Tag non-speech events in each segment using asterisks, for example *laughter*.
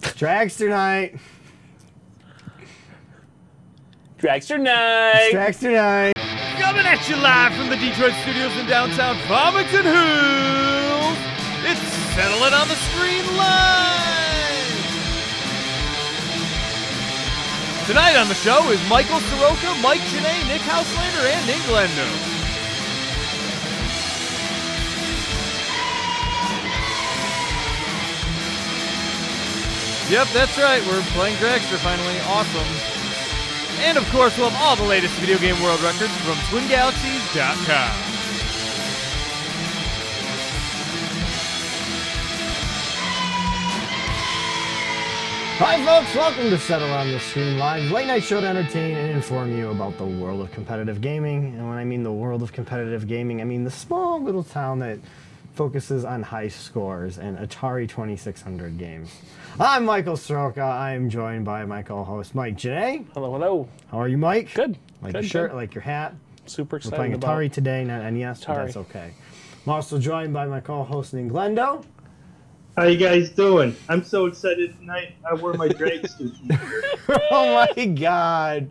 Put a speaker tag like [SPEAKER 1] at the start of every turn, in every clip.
[SPEAKER 1] Dragster night.
[SPEAKER 2] Dragster night.
[SPEAKER 1] Dragster night.
[SPEAKER 3] Coming at you live from the Detroit studios in downtown Farmington Hills. It's Settle It on the Screen Live. Tonight on the show is Michael Soroka, Mike Janae, Nick Houselander, and Englander. Yep, that's right. We're playing Dragster finally. Awesome. And of course, we'll have all the latest video game world records from TwinGalaxies.com.
[SPEAKER 1] Hi, folks. Welcome to Settle on the Stream Live, late night show to entertain and inform you about the world of competitive gaming. And when I mean the world of competitive gaming, I mean the small little town that focuses on high scores and Atari 2600 games. I'm Michael Soroka. I am joined by my co-host Mike Janae.
[SPEAKER 2] Hello, hello.
[SPEAKER 1] How are you, Mike?
[SPEAKER 2] Good.
[SPEAKER 1] Like
[SPEAKER 2] good,
[SPEAKER 1] your shirt,
[SPEAKER 2] good.
[SPEAKER 1] like your hat.
[SPEAKER 2] Super
[SPEAKER 1] We're
[SPEAKER 2] excited
[SPEAKER 1] playing
[SPEAKER 2] about.
[SPEAKER 1] Atari today, not NES, but
[SPEAKER 2] Atari.
[SPEAKER 1] that's okay. I'm also joined by my co-host Glendo.
[SPEAKER 4] How you guys doing? I'm so excited tonight. I wore my drag
[SPEAKER 3] *laughs*
[SPEAKER 4] suit.
[SPEAKER 1] *laughs* oh my god.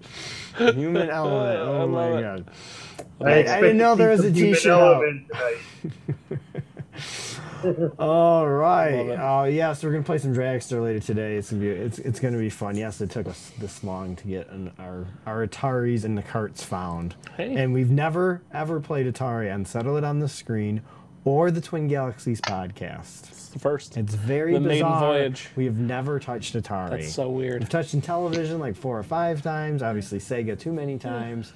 [SPEAKER 2] *laughs*
[SPEAKER 1] Human element. Oh
[SPEAKER 2] I
[SPEAKER 1] my
[SPEAKER 2] love it.
[SPEAKER 1] god.
[SPEAKER 4] I,
[SPEAKER 1] didn't
[SPEAKER 4] expect to
[SPEAKER 1] know
[SPEAKER 4] see
[SPEAKER 1] there was a
[SPEAKER 4] some human
[SPEAKER 1] G-Show out.
[SPEAKER 4] element tonight.
[SPEAKER 1] All right.
[SPEAKER 2] Love it.
[SPEAKER 1] Uh, yes, we're gonna play some Dragster later today. It's gonna be it's, it's gonna be fun. Yes, it took us this long to get an, our our Ataris and the carts found,
[SPEAKER 2] Hey.
[SPEAKER 1] and we've never ever played Atari and settle it on the screen or the Twin Galaxies podcast.
[SPEAKER 2] It's the first.
[SPEAKER 1] It's very
[SPEAKER 2] The maiden
[SPEAKER 1] bizarre.
[SPEAKER 2] voyage.
[SPEAKER 1] We have never touched Atari.
[SPEAKER 2] That's so weird.
[SPEAKER 1] We've touched in television like four or five times. Obviously, Sega too many
[SPEAKER 2] *laughs*
[SPEAKER 1] times.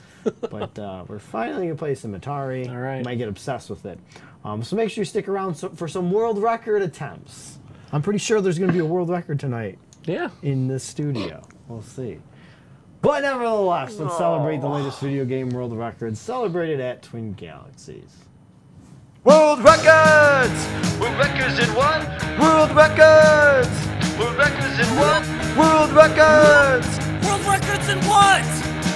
[SPEAKER 1] but uh, we're finally gonna play some Atari.
[SPEAKER 2] All right.
[SPEAKER 1] Might get obsessed with it. Um, so make sure you stick around so, for some world record attempts. I'm pretty sure there's gonna be a world record tonight
[SPEAKER 2] Yeah.
[SPEAKER 1] in the studio. We'll see. But nevertheless, let's celebrate the latest video game world records celebrated at Twin Galaxies.
[SPEAKER 3] World records! World records in one! World records! World records in one! World records!
[SPEAKER 5] World records in what?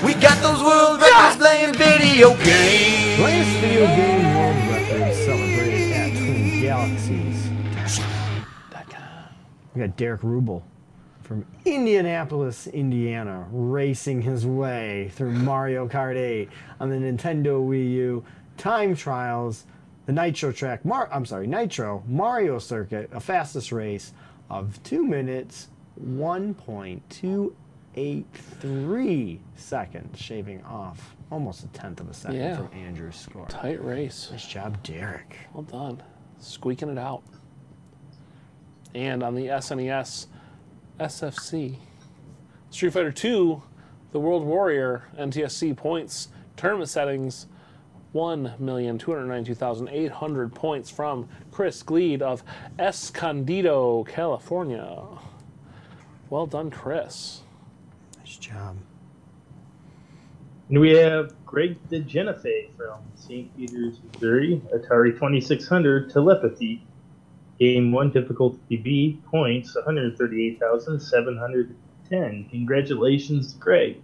[SPEAKER 3] We got those world records playing video games!
[SPEAKER 1] Latest video game world records celebrated at Twin Galaxies. We got Derek Rubel from Indianapolis, Indiana, racing his way through Mario Kart 8 on the Nintendo Wii U, Time Trials, the Nitro Track, Mar- I'm sorry, Nitro Mario Circuit, a fastest race of 2 minutes 1.283 seconds, shaving off almost a tenth of a second
[SPEAKER 2] Yeah.
[SPEAKER 1] from Andrew's score.
[SPEAKER 2] Tight race.
[SPEAKER 1] Nice job, Derek.
[SPEAKER 2] Well done. Squeaking it out. And on the E SNES, SFC, Street Fighter II, the World Warrior NTSC points tournament settings. 1,292,800 points from Chris Gleed of Escondido, California. Well done, Chris.
[SPEAKER 1] Nice job.
[SPEAKER 4] And we have Greg DeGenefe from St. Peter's, Missouri. Atari 2600 Telepathy. Game 1 difficulty B, points 138,710. Congratulations, Greg.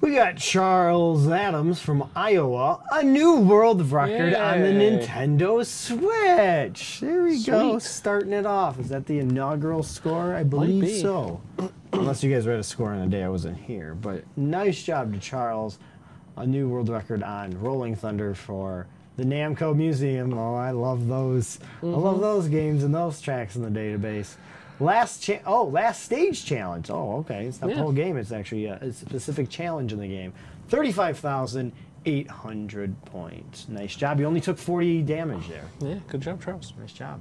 [SPEAKER 1] We got Charles Adams from Iowa, a new world record on the
[SPEAKER 2] Yay.
[SPEAKER 1] Nintendo Switch. There we go,
[SPEAKER 2] Sweet.
[SPEAKER 1] starting it off. Is that the inaugural score? I believe
[SPEAKER 2] be.
[SPEAKER 1] so. *clears throat* Unless you guys read a score on the day I wasn't here. But nice job to Charles. A new world record on Rolling Thunder for the Namco Museum. Oh, I love those. I love those games and those tracks in the database. Last cha- oh, last stage challenge. Oh, okay. It's not the
[SPEAKER 2] Yeah.
[SPEAKER 1] whole game. It's actually a, a specific challenge in the game. Thirty-five thousand eight hundred points. Nice job. You only took forty damage there.
[SPEAKER 2] Yeah, good job, Charles.
[SPEAKER 1] Nice job.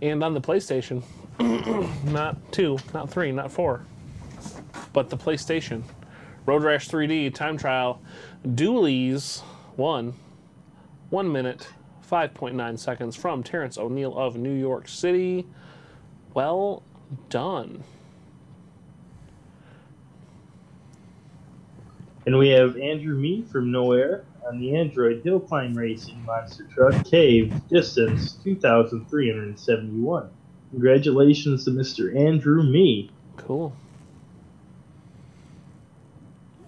[SPEAKER 2] And on the PlayStation, *clears throat* not two, not three, not four, but the PlayStation, Road Rash 3D Time Trial, Dooley's one, one minute, 5.9 seconds from Terrence O'Neill of New York City. Well done.
[SPEAKER 4] And we have Andrew Mead from Nowhere on the Android Hill Climb Racing Monster Truck Cave, distance 2,371. Congratulations to Mr. Andrew Mead.
[SPEAKER 2] Cool.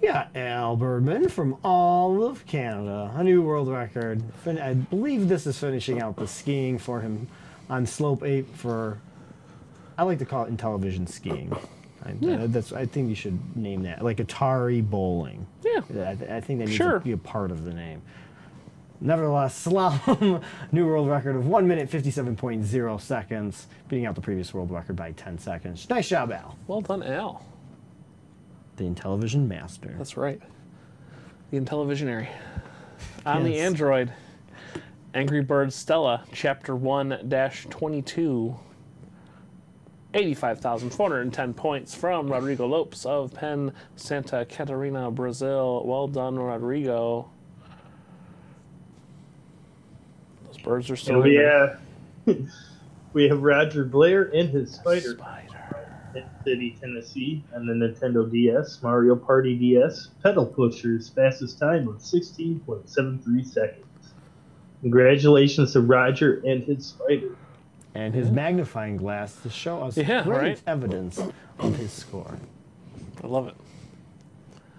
[SPEAKER 1] We got Al Birdman from all of Canada. A new world record. Fin- I believe this is finishing out the skiing for him on slope eight for. I like to call it in television skiing. I, that's. I think you should name that like Atari bowling.
[SPEAKER 2] Yeah.
[SPEAKER 1] I, th- I think that needs
[SPEAKER 2] Sure.
[SPEAKER 1] to be a part of the name. Nevertheless, *laughs* slalom new world record of one minute fifty-seven point zero seconds, beating out the previous world record by ten seconds. Nice job, Al,
[SPEAKER 2] Well done, Al.
[SPEAKER 1] the Intellivision master.
[SPEAKER 2] That's right. The Intellivisionary. On the
[SPEAKER 1] Yes.
[SPEAKER 2] Android, Angry Birds Stella, Chapter 1 22. 85,410 points from Rodrigo Lopes of Penn Santa Catarina, Brazil. Well done, Rodrigo. Those birds are still
[SPEAKER 4] And we
[SPEAKER 2] in there.
[SPEAKER 4] have *laughs* we have Roger Blair and his spider.
[SPEAKER 2] Spider.
[SPEAKER 4] Pit City, Tennessee, on the Nintendo DS, Mario Party DS, Pedal Pusher's fastest time of 16.73 seconds. Congratulations to Roger and his spider.
[SPEAKER 1] and his magnifying glass to show us
[SPEAKER 2] Mm-hmm. Yeah,
[SPEAKER 1] great
[SPEAKER 2] right.
[SPEAKER 1] evidence of his score.
[SPEAKER 2] I love it.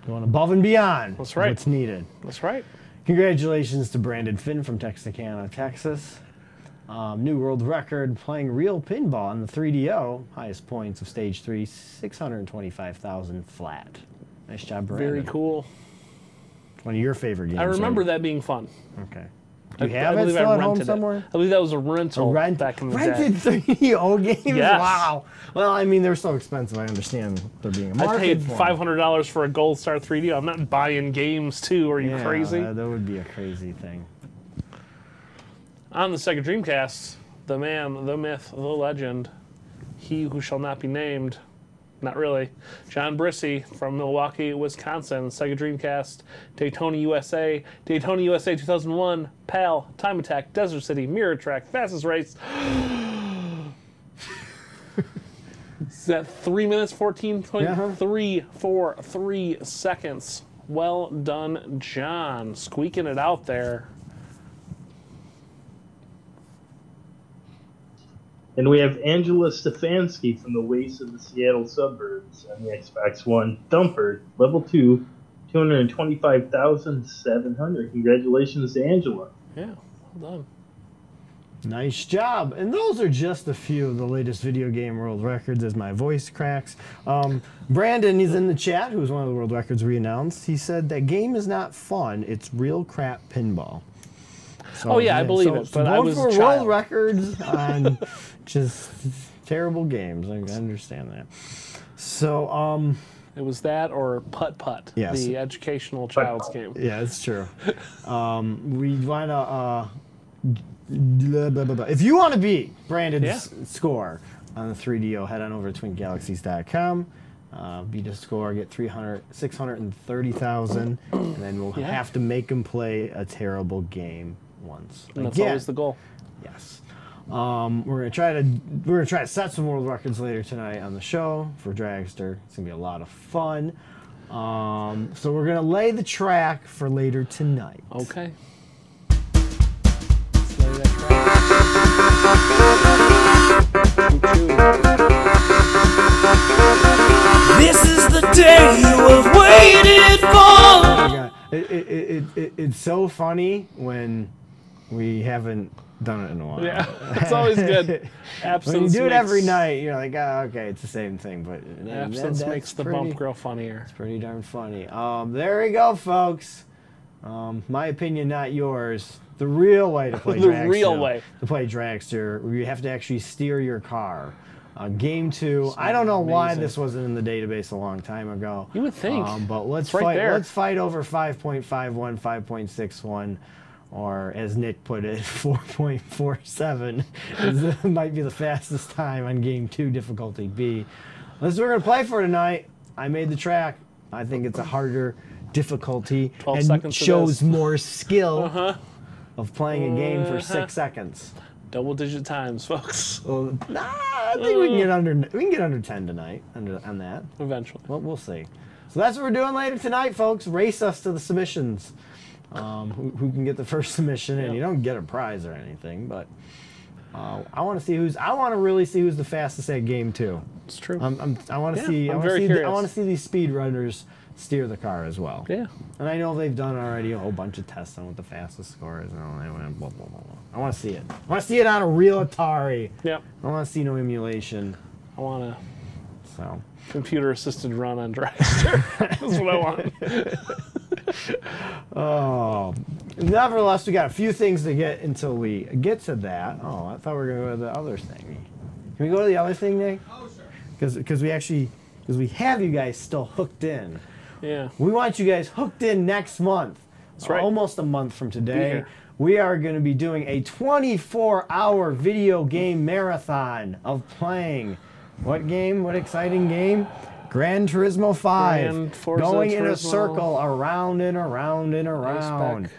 [SPEAKER 1] Going above and beyond
[SPEAKER 2] That's right.
[SPEAKER 1] what's needed.
[SPEAKER 2] That's right.
[SPEAKER 1] Congratulations to Brandon Finn from Texarkana, Texas. Um, new world record playing real pinball on the 3DO. Highest points of stage three, 625,000 flat. Nice job, Brandon.
[SPEAKER 2] Very cool.
[SPEAKER 1] One of your favorite games.
[SPEAKER 2] I remember
[SPEAKER 1] right?
[SPEAKER 2] that being fun.
[SPEAKER 1] Okay. Do you
[SPEAKER 2] I-
[SPEAKER 1] have
[SPEAKER 2] I
[SPEAKER 1] it
[SPEAKER 2] believe I
[SPEAKER 1] still at home
[SPEAKER 2] rented it.
[SPEAKER 1] somewhere?
[SPEAKER 2] I believe that was a rental
[SPEAKER 1] Rent,
[SPEAKER 2] back in the
[SPEAKER 1] rented
[SPEAKER 2] day.
[SPEAKER 1] 3DO games?
[SPEAKER 2] Yes.
[SPEAKER 1] Wow. Well, I mean, they're so expensive. I understand they're being a market
[SPEAKER 2] I paid
[SPEAKER 1] for 'em.
[SPEAKER 2] five hundred dollars for a Gold Star 3D. I'm not buying games too. Are you
[SPEAKER 1] Yeah,
[SPEAKER 2] crazy?
[SPEAKER 1] That, that would be a crazy thing.
[SPEAKER 2] On the Sega Dreamcast, the man, the myth, the legend, he who shall not be named, not really, John Brissy from Milwaukee, Wisconsin, Sega Dreamcast, Daytona USA, Daytona USA 2001, PAL, Time Attack, Desert City, Mirror Track, Fastest Race. *gasps* Is that three minutes, 14.343 seconds? Well done, John. Squeaking it out there.
[SPEAKER 4] And we have Angela Stefanski from the Waste of the Seattle Suburbs on the Xbox One Thumper, level 2, 225,700. Congratulations to Angela.
[SPEAKER 2] Yeah, well done.
[SPEAKER 1] Nice job. And those are just a few of the latest video game world records as my voice cracks. Um, Brandon is in the chat, who's one of the world records we announced. He said that game is not fun, it's real crap pinball. So,
[SPEAKER 2] Oh, yeah, I believe it, but I
[SPEAKER 1] both
[SPEAKER 2] was a
[SPEAKER 1] were world
[SPEAKER 2] child. *laughs*
[SPEAKER 1] records on just terrible games. I understand that. So, um,
[SPEAKER 2] It was that or Putt Putt,
[SPEAKER 1] Yes.
[SPEAKER 2] the educational child's game.
[SPEAKER 1] *laughs* Yeah, it's true. um, we want to. Uh, blah, blah, blah, blah. If you want to beat Brandon's
[SPEAKER 2] Yeah.
[SPEAKER 1] score on the 3DO, head on over to twingalaxies.com. Uh, beat a score, get 300, 630,000, and then we'll
[SPEAKER 2] Yeah.
[SPEAKER 1] have to make him play a terrible game once.
[SPEAKER 2] And that's
[SPEAKER 1] again.
[SPEAKER 2] always the goal.
[SPEAKER 1] Yes. Um, we're gonna try to we're gonna try to set some world records later tonight on the show for Dragster. It's gonna be a lot of fun. Um, so we're gonna lay the track for later tonight.
[SPEAKER 2] Okay. Let's lay that track. Choo-choo.
[SPEAKER 5] This is the day you have waited for.
[SPEAKER 1] Oh my God. It, it, it, it, it's so funny when we haven't done it in a while.
[SPEAKER 2] Yeah, *laughs* it's always good.
[SPEAKER 1] *laughs*
[SPEAKER 2] Absence
[SPEAKER 1] When you do it
[SPEAKER 2] makes-
[SPEAKER 1] every night, you're like, oh, okay, it's the same thing, but that-
[SPEAKER 2] Absence
[SPEAKER 1] that's
[SPEAKER 2] makes the
[SPEAKER 1] pretty-
[SPEAKER 2] bump grow funnier.
[SPEAKER 1] Pretty darn funny. Um, there we go, folks. Um, my opinion, not yours. The real way
[SPEAKER 2] *laughs*
[SPEAKER 1] to play
[SPEAKER 2] The
[SPEAKER 1] Dragster-
[SPEAKER 2] real way.
[SPEAKER 1] to play dragster, you have to actually steer your car. Uh, game two. I don't know why
[SPEAKER 2] amazing.
[SPEAKER 1] this wasn't in the database a long time ago.
[SPEAKER 2] You would think.
[SPEAKER 1] Um, but let's
[SPEAKER 2] It's right
[SPEAKER 1] fight.
[SPEAKER 2] there.
[SPEAKER 1] Let's fight over 5.51, 5.61, or as Nick put it, *laughs* 4.47. *laughs* is the- might be the fastest time on game two difficulty B. That's what we're gonna play for tonight. I made the track. I think it's a harder difficulty
[SPEAKER 2] 12
[SPEAKER 1] and
[SPEAKER 2] seconds it
[SPEAKER 1] shows
[SPEAKER 2] is.
[SPEAKER 1] more skill of playing a game for six seconds.
[SPEAKER 2] Double digit times, *laughs* folks.
[SPEAKER 1] Well, nah, I think we can get under we can get under ten tonight under, on that.
[SPEAKER 2] Eventually.
[SPEAKER 1] Well, we'll see. So that's what we're doing later tonight, folks. Race us to the submissions. Um, who, who can get the first *laughs* submission, and you don't get a prize or anything. But uh, I want to see who's. I want to really see who's the fastest at game two.
[SPEAKER 2] It's true.
[SPEAKER 1] I'm, I'm, I want to
[SPEAKER 2] Yeah,
[SPEAKER 1] see. I
[SPEAKER 2] I'm
[SPEAKER 1] want to
[SPEAKER 2] very
[SPEAKER 1] see. The, I
[SPEAKER 2] curious.
[SPEAKER 1] want to see these speed runners steer the car as well.
[SPEAKER 2] Yeah.
[SPEAKER 1] And I know they've done already a whole bunch of tests on what the fastest score is, and all that. and Blah, blah, blah, blah. I want to see it. I want to see it on a real Atari.
[SPEAKER 2] Yep.
[SPEAKER 1] I want to see no emulation.
[SPEAKER 2] I want a
[SPEAKER 1] So
[SPEAKER 2] computer assisted run on Dragster. *laughs* That's what I
[SPEAKER 1] *laughs*
[SPEAKER 2] want.
[SPEAKER 1] Oh, Nevertheless, we got a few things to get until we get to that. Oh, I thought we were going to go to the other thing. Can we go to the other thing, Nick? Oh, sure. Because we actually, because we have you guys still hooked in.
[SPEAKER 2] Yeah.
[SPEAKER 1] We want you guys hooked in next month. That's
[SPEAKER 2] right.
[SPEAKER 1] Almost a month from today.
[SPEAKER 2] here.
[SPEAKER 1] We are going to be doing a 24 hour video game marathon of playing. What game? What exciting game? Gran Turismo 5.
[SPEAKER 2] Gran Forza
[SPEAKER 1] going in a
[SPEAKER 2] Turismo.
[SPEAKER 1] circle around and around and around.
[SPEAKER 2] back.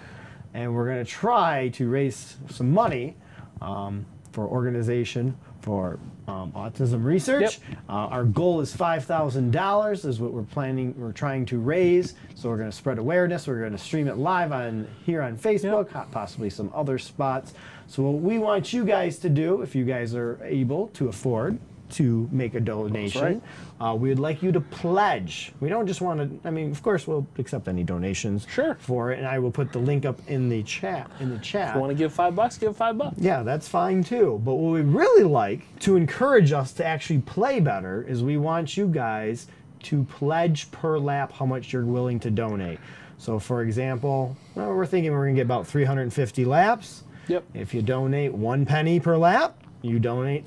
[SPEAKER 1] And we're going to try to raise some money um, for organization for um, autism research. Uh, our goal is five thousand dollars. Is what we're planning. We're trying to raise. So we're going to spread awareness. We're going to stream it live on here on Facebook, ho- possibly some other spots. So what we want you guys to do, if you guys are able to afford to make a donation, uh, we would like you to pledge. We don't just want to. I mean, of course, we'll accept any donations
[SPEAKER 2] Sure.
[SPEAKER 1] for it, and I will put the link up in the chat. In the chat.
[SPEAKER 2] You want to give five bucks? Give five bucks.
[SPEAKER 1] Yeah, that's fine too. But what we really like to encourage us to actually play better is we want you guys to pledge per lap how much you're willing to donate. So, for example, well, we're thinking we're going to get about 350 laps.
[SPEAKER 2] Yep.
[SPEAKER 1] If you donate one penny per lap, you donate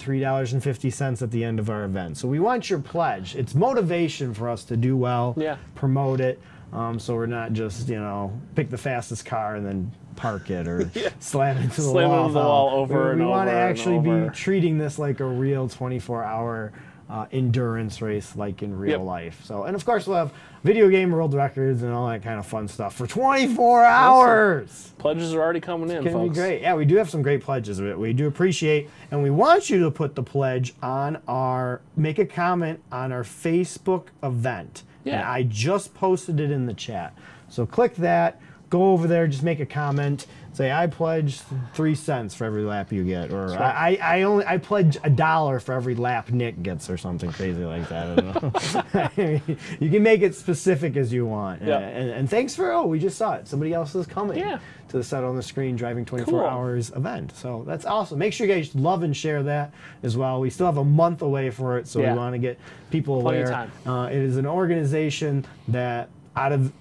[SPEAKER 1] $3.50 at the end of our event. So we want your pledge. It's motivation for us to do well,
[SPEAKER 2] Yeah.
[SPEAKER 1] promote it. Um, so we're not just, you know, pick the fastest car and then park it
[SPEAKER 2] *laughs*
[SPEAKER 1] or slam it into the
[SPEAKER 2] Slam it
[SPEAKER 1] wall.
[SPEAKER 2] into the wall
[SPEAKER 1] though.
[SPEAKER 2] over
[SPEAKER 1] we,
[SPEAKER 2] and
[SPEAKER 1] we want to
[SPEAKER 2] over and
[SPEAKER 1] actually
[SPEAKER 2] over.
[SPEAKER 1] be treating this like a real 24 hour uh, endurance race like in real
[SPEAKER 2] Yep.
[SPEAKER 1] life. So, and of course, we'll have video game world records and all that kind of fun stuff for 24 hours.
[SPEAKER 2] Pledges are already coming in,
[SPEAKER 1] It's gonna
[SPEAKER 2] folks.
[SPEAKER 1] be great. Yeah, we do have some great pledges. We- We do appreciate, and we want you to put the pledge on our make a comment on our Facebook event. And
[SPEAKER 2] Yeah.
[SPEAKER 1] I just posted it in the chat. So click that, go over there, just make a comment, say I pledge three cents for every lap you get, or I, I I only I pledge a dollar for every lap Nick gets, or something crazy like that. *laughs* I don't know. you can make it specific as you want.
[SPEAKER 2] Yeah.
[SPEAKER 1] And, and thanks for oh, we just saw it. Somebody else is coming
[SPEAKER 2] Yeah.
[SPEAKER 1] to the set on the screen driving 24
[SPEAKER 2] Cool.
[SPEAKER 1] hours event. So that's awesome. Make sure you guys love and share that as well. We still have a month away for it, so
[SPEAKER 2] Yeah.
[SPEAKER 1] we want to get people
[SPEAKER 2] Plenty of
[SPEAKER 1] aware.
[SPEAKER 2] time.
[SPEAKER 1] Uh, it is an organization that out of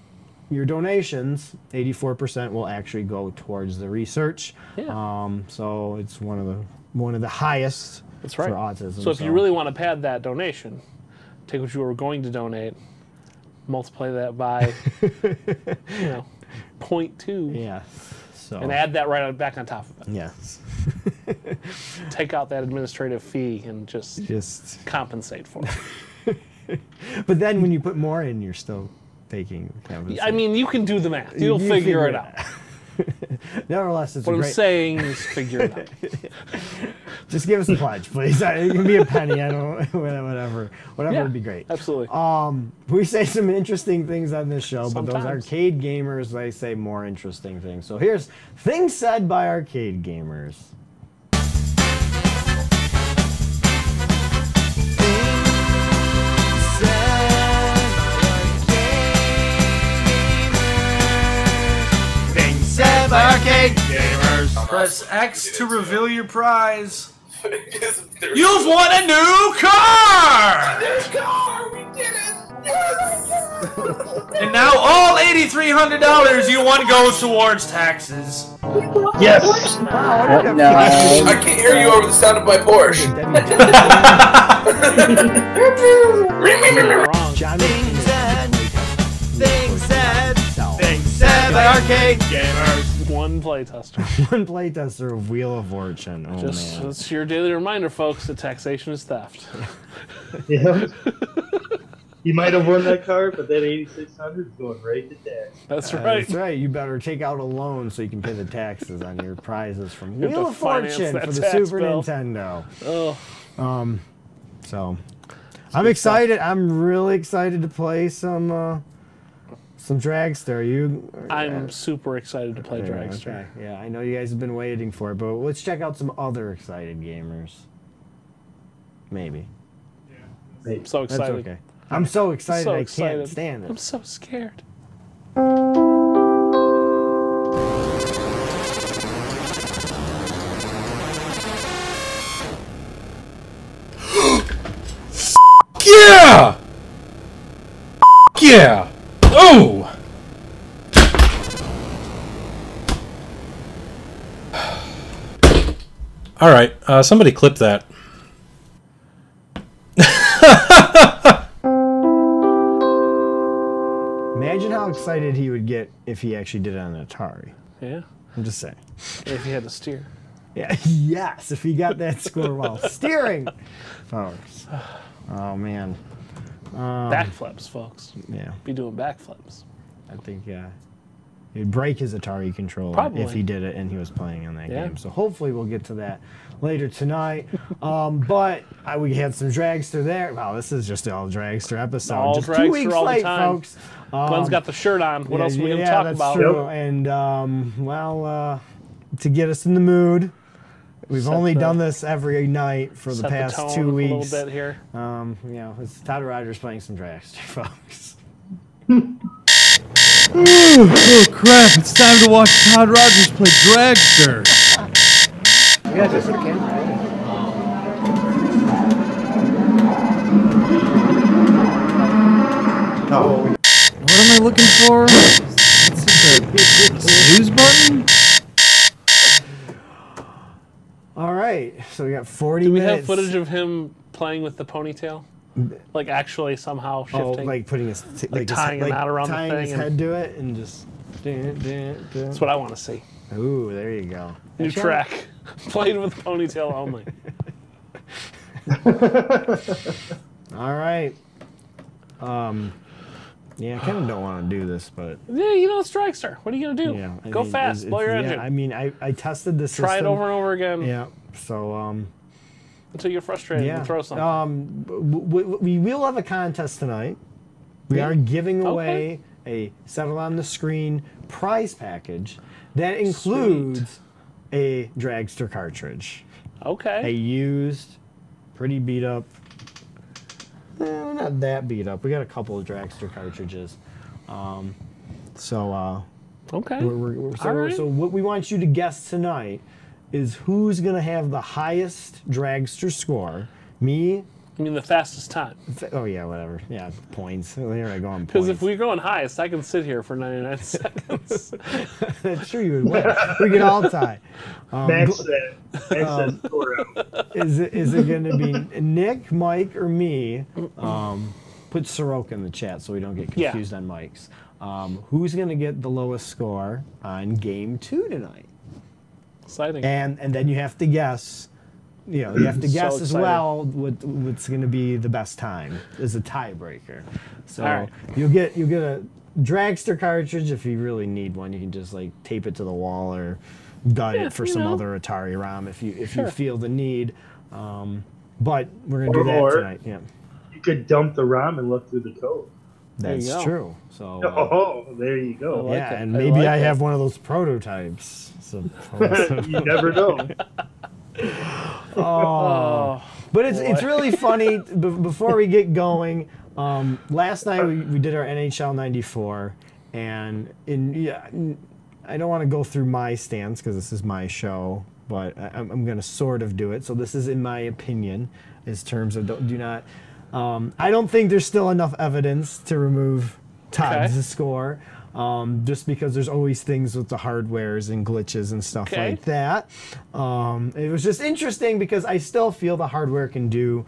[SPEAKER 1] your donations, 84% will actually go towards the research.
[SPEAKER 2] Yeah.
[SPEAKER 1] Um, so it's one of the one of the highest
[SPEAKER 2] That's right.
[SPEAKER 1] for autism.
[SPEAKER 2] So if you really want to pad that donation, take what you were going to donate, multiply
[SPEAKER 1] *laughs*
[SPEAKER 2] that by, you know, point two,
[SPEAKER 1] yeah. So
[SPEAKER 2] and add that right on, back on top of it.
[SPEAKER 1] yes.
[SPEAKER 2] Take out that administrative fee and just
[SPEAKER 1] Just
[SPEAKER 2] compensate for
[SPEAKER 1] *laughs*
[SPEAKER 2] it.
[SPEAKER 1] but then when you put more in, you're still taking the
[SPEAKER 2] I mean, you can do the math. You'll
[SPEAKER 1] You
[SPEAKER 2] figure,
[SPEAKER 1] figure
[SPEAKER 2] it
[SPEAKER 1] it
[SPEAKER 2] out.
[SPEAKER 1] *laughs* Nevertheless, it's
[SPEAKER 2] What
[SPEAKER 1] a
[SPEAKER 2] I'm
[SPEAKER 1] great.
[SPEAKER 2] saying is
[SPEAKER 1] *laughs*
[SPEAKER 2] figure it out.
[SPEAKER 1] Just give us a pledge, please. *laughs* It can be a penny. I don't. *laughs* Whatever. Whatever
[SPEAKER 2] Yeah,
[SPEAKER 1] would be great.
[SPEAKER 2] Absolutely.
[SPEAKER 1] We say some interesting things on this show, but those
[SPEAKER 2] Sometimes.
[SPEAKER 1] arcade gamers they say more interesting things. So here's things said by arcade gamers.
[SPEAKER 5] Press X to reveal your prize.
[SPEAKER 6] There's
[SPEAKER 5] You've won a new car!
[SPEAKER 6] car! We did it!
[SPEAKER 5] And now all $8,300 you won goes towards taxes.
[SPEAKER 4] Yes!
[SPEAKER 6] I can't hear you over the sound of my Porsche.
[SPEAKER 2] You're wrong.
[SPEAKER 1] Johnny
[SPEAKER 6] *laughs*
[SPEAKER 4] *laughs*
[SPEAKER 2] One play tester.
[SPEAKER 1] one playtester of Wheel of Fortune. Oh
[SPEAKER 2] Just
[SPEAKER 1] man.
[SPEAKER 2] that's your daily reminder, folks, that taxation
[SPEAKER 1] *laughs*
[SPEAKER 2] is theft.
[SPEAKER 4] Yeah. he might have won that car, but that 8600 is going right to dad.
[SPEAKER 2] That's right.
[SPEAKER 1] That's right. You better take out a loan so you can pay the taxes on your prizes from
[SPEAKER 2] have to
[SPEAKER 1] Wheel of
[SPEAKER 2] finance
[SPEAKER 1] Fortune
[SPEAKER 2] that
[SPEAKER 1] for the
[SPEAKER 2] tax
[SPEAKER 1] Super
[SPEAKER 2] bill.
[SPEAKER 1] Nintendo.
[SPEAKER 2] Oh,
[SPEAKER 1] So I'm excited. I'm really excited to play some uh, some Dragster. You
[SPEAKER 2] I'm super excited to play
[SPEAKER 1] Yeah,
[SPEAKER 2] Dragster.
[SPEAKER 1] okay. Yeah, I know you guys have been waiting for it, but let's check out some other excited gamers. Maybe.
[SPEAKER 2] I'm so
[SPEAKER 1] That's
[SPEAKER 2] excited.
[SPEAKER 1] okay. I'm so excited
[SPEAKER 2] so
[SPEAKER 1] I
[SPEAKER 2] excited.
[SPEAKER 1] can't stand
[SPEAKER 2] I'm
[SPEAKER 1] it.
[SPEAKER 2] so scared.
[SPEAKER 7] Yeah! Yeah! Oh! All right, uh, somebody clip that.
[SPEAKER 1] Imagine how excited he would get if he actually did it on an Atari.
[SPEAKER 2] Yeah.
[SPEAKER 1] I'm just saying.
[SPEAKER 2] If you had to steer.
[SPEAKER 1] Yeah, *laughs* yes, if he got that score
[SPEAKER 2] *laughs*
[SPEAKER 1] while steering. Folks. Oh, man. Um,
[SPEAKER 2] Backflips, folks.
[SPEAKER 1] Yeah,
[SPEAKER 2] Be doing backflips.
[SPEAKER 1] I think uh, he'd break his Atari controller
[SPEAKER 2] Probably.
[SPEAKER 1] if he did it and he was playing on that
[SPEAKER 2] Yeah.
[SPEAKER 1] game. So hopefully we'll get to that later tonight. *laughs* um, but I, we had some dragster there. Wow, this is just all dragster episode.
[SPEAKER 2] All
[SPEAKER 1] just
[SPEAKER 2] dragster
[SPEAKER 1] two weeks
[SPEAKER 2] all the
[SPEAKER 1] late,
[SPEAKER 2] time.
[SPEAKER 1] folks. Um,
[SPEAKER 2] Glenn's got the shirt on. What
[SPEAKER 1] yeah,
[SPEAKER 2] else are we going to
[SPEAKER 1] yeah,
[SPEAKER 2] talk
[SPEAKER 1] that's
[SPEAKER 2] about?
[SPEAKER 1] True. And um, well, uh, to get us in the mood, we've only
[SPEAKER 2] the-
[SPEAKER 1] done this every night for the
[SPEAKER 2] Set
[SPEAKER 1] past
[SPEAKER 2] the tone
[SPEAKER 1] two
[SPEAKER 2] A
[SPEAKER 1] weeks.
[SPEAKER 2] little bit here.
[SPEAKER 1] Um, you know, it's Todd Rogers playing some dragster, *laughs* folks.
[SPEAKER 3] Oh crap, it's time to watch Todd Rogers play Dragster.
[SPEAKER 1] Oh.
[SPEAKER 3] What am I looking for? What's it, the snooze button?
[SPEAKER 1] All right, so we got 40
[SPEAKER 2] Do we
[SPEAKER 1] minutes.
[SPEAKER 2] have footage of him playing with the ponytail? Like actually somehow
[SPEAKER 1] Oh,
[SPEAKER 2] shifting.
[SPEAKER 1] like putting his t- like, his-
[SPEAKER 2] tying a
[SPEAKER 1] like
[SPEAKER 2] knot around the
[SPEAKER 1] tying his
[SPEAKER 2] thing and-
[SPEAKER 1] head to it and just. Dun, dun, dun.
[SPEAKER 2] That's what I want to see.
[SPEAKER 1] Ooh, there you go.
[SPEAKER 2] New track. *laughs* Played with ponytail only.
[SPEAKER 1] All right. Um, yeah, I kind of don't want to do this, but
[SPEAKER 2] yeah, you know it's Dragster. What are you gonna do?
[SPEAKER 1] yeah. I
[SPEAKER 2] Go
[SPEAKER 1] mean,
[SPEAKER 2] fast.
[SPEAKER 1] it's-
[SPEAKER 2] blow your
[SPEAKER 1] it's- yeah,
[SPEAKER 2] engine.
[SPEAKER 1] I mean, I, I tested this.
[SPEAKER 2] Try it
[SPEAKER 1] system.
[SPEAKER 2] over and over again
[SPEAKER 1] Yeah. So um,
[SPEAKER 2] until you're frustrated
[SPEAKER 1] yeah.
[SPEAKER 2] and throw something.
[SPEAKER 1] Um, we, we will have a contest tonight. We are giving away a settle on the screen prize package that includes a dragster cartridge. a
[SPEAKER 2] okay.
[SPEAKER 1] used, pretty beat up. Eh, we're not that beat up. We got a couple of dragster cartridges. Um, so uh,
[SPEAKER 2] okay.
[SPEAKER 1] we're, we're, we're- so,
[SPEAKER 2] All right.
[SPEAKER 1] so what we want you to guess tonight is who's gonna have the highest dragster score. Me?
[SPEAKER 2] I mean the fastest time.
[SPEAKER 1] F- Oh yeah, whatever. Yeah, points. There I go on
[SPEAKER 2] Because
[SPEAKER 1] points.
[SPEAKER 2] if we're going highest, I can sit here for 99 *laughs* seconds.
[SPEAKER 1] sure you would win. we could all tie.
[SPEAKER 2] *laughs*
[SPEAKER 4] Max said, Max
[SPEAKER 2] Um,
[SPEAKER 4] says four out.
[SPEAKER 1] Is it is it gonna be Nick, Mike, or me? Um, put Soroka in the chat so we don't get
[SPEAKER 2] Yeah.
[SPEAKER 1] confused on mics. Um, who's gonna get the lowest score on game two tonight?
[SPEAKER 2] Exciting.
[SPEAKER 1] And and then you have to guess. You know, you have to
[SPEAKER 2] *clears throat* So
[SPEAKER 1] guess as
[SPEAKER 2] excited.
[SPEAKER 1] well what what's gonna be the best time is a tiebreaker. So
[SPEAKER 2] All right.
[SPEAKER 1] you'll get you'll get a dragster cartridge if you really need one. You can just like tape it to the wall or gut
[SPEAKER 2] Yeah,
[SPEAKER 1] it for
[SPEAKER 2] you
[SPEAKER 1] some
[SPEAKER 2] know.
[SPEAKER 1] other Atari ROM if you if
[SPEAKER 2] Sure.
[SPEAKER 1] you feel the need. Um, but we're gonna do
[SPEAKER 4] Or-
[SPEAKER 1] that
[SPEAKER 4] or-
[SPEAKER 1] tonight. Yeah,
[SPEAKER 4] You could dump the ROM and look through the code.
[SPEAKER 2] you
[SPEAKER 1] that's
[SPEAKER 2] go.
[SPEAKER 1] true.
[SPEAKER 2] *laughs*
[SPEAKER 1] So uh,
[SPEAKER 4] Oh, there you go.
[SPEAKER 2] I like
[SPEAKER 1] yeah,
[SPEAKER 2] it.
[SPEAKER 1] and
[SPEAKER 2] I
[SPEAKER 1] maybe I,
[SPEAKER 2] like it.
[SPEAKER 1] have one of those
[SPEAKER 2] *laughs*
[SPEAKER 1] prototypes. So,
[SPEAKER 4] *laughs* you never know.
[SPEAKER 2] oh,
[SPEAKER 1] But it's it's
[SPEAKER 2] Boy.
[SPEAKER 1] really funny. b- before we get going, um, last night we, we did our NHL '94, and in yeah, n- I don't want to go through my stance because this is my show, but I, I'm, I'm going to sort of do it. So this is in my opinion, in terms of don't, do not. Um, I don't think there's still enough evidence to remove Todd's
[SPEAKER 2] Okay.
[SPEAKER 1] score. Um, just because there's always things with the hardwares and glitches and stuff
[SPEAKER 2] Okay.
[SPEAKER 1] like that. Um, it was just interesting because I still feel the hardware can do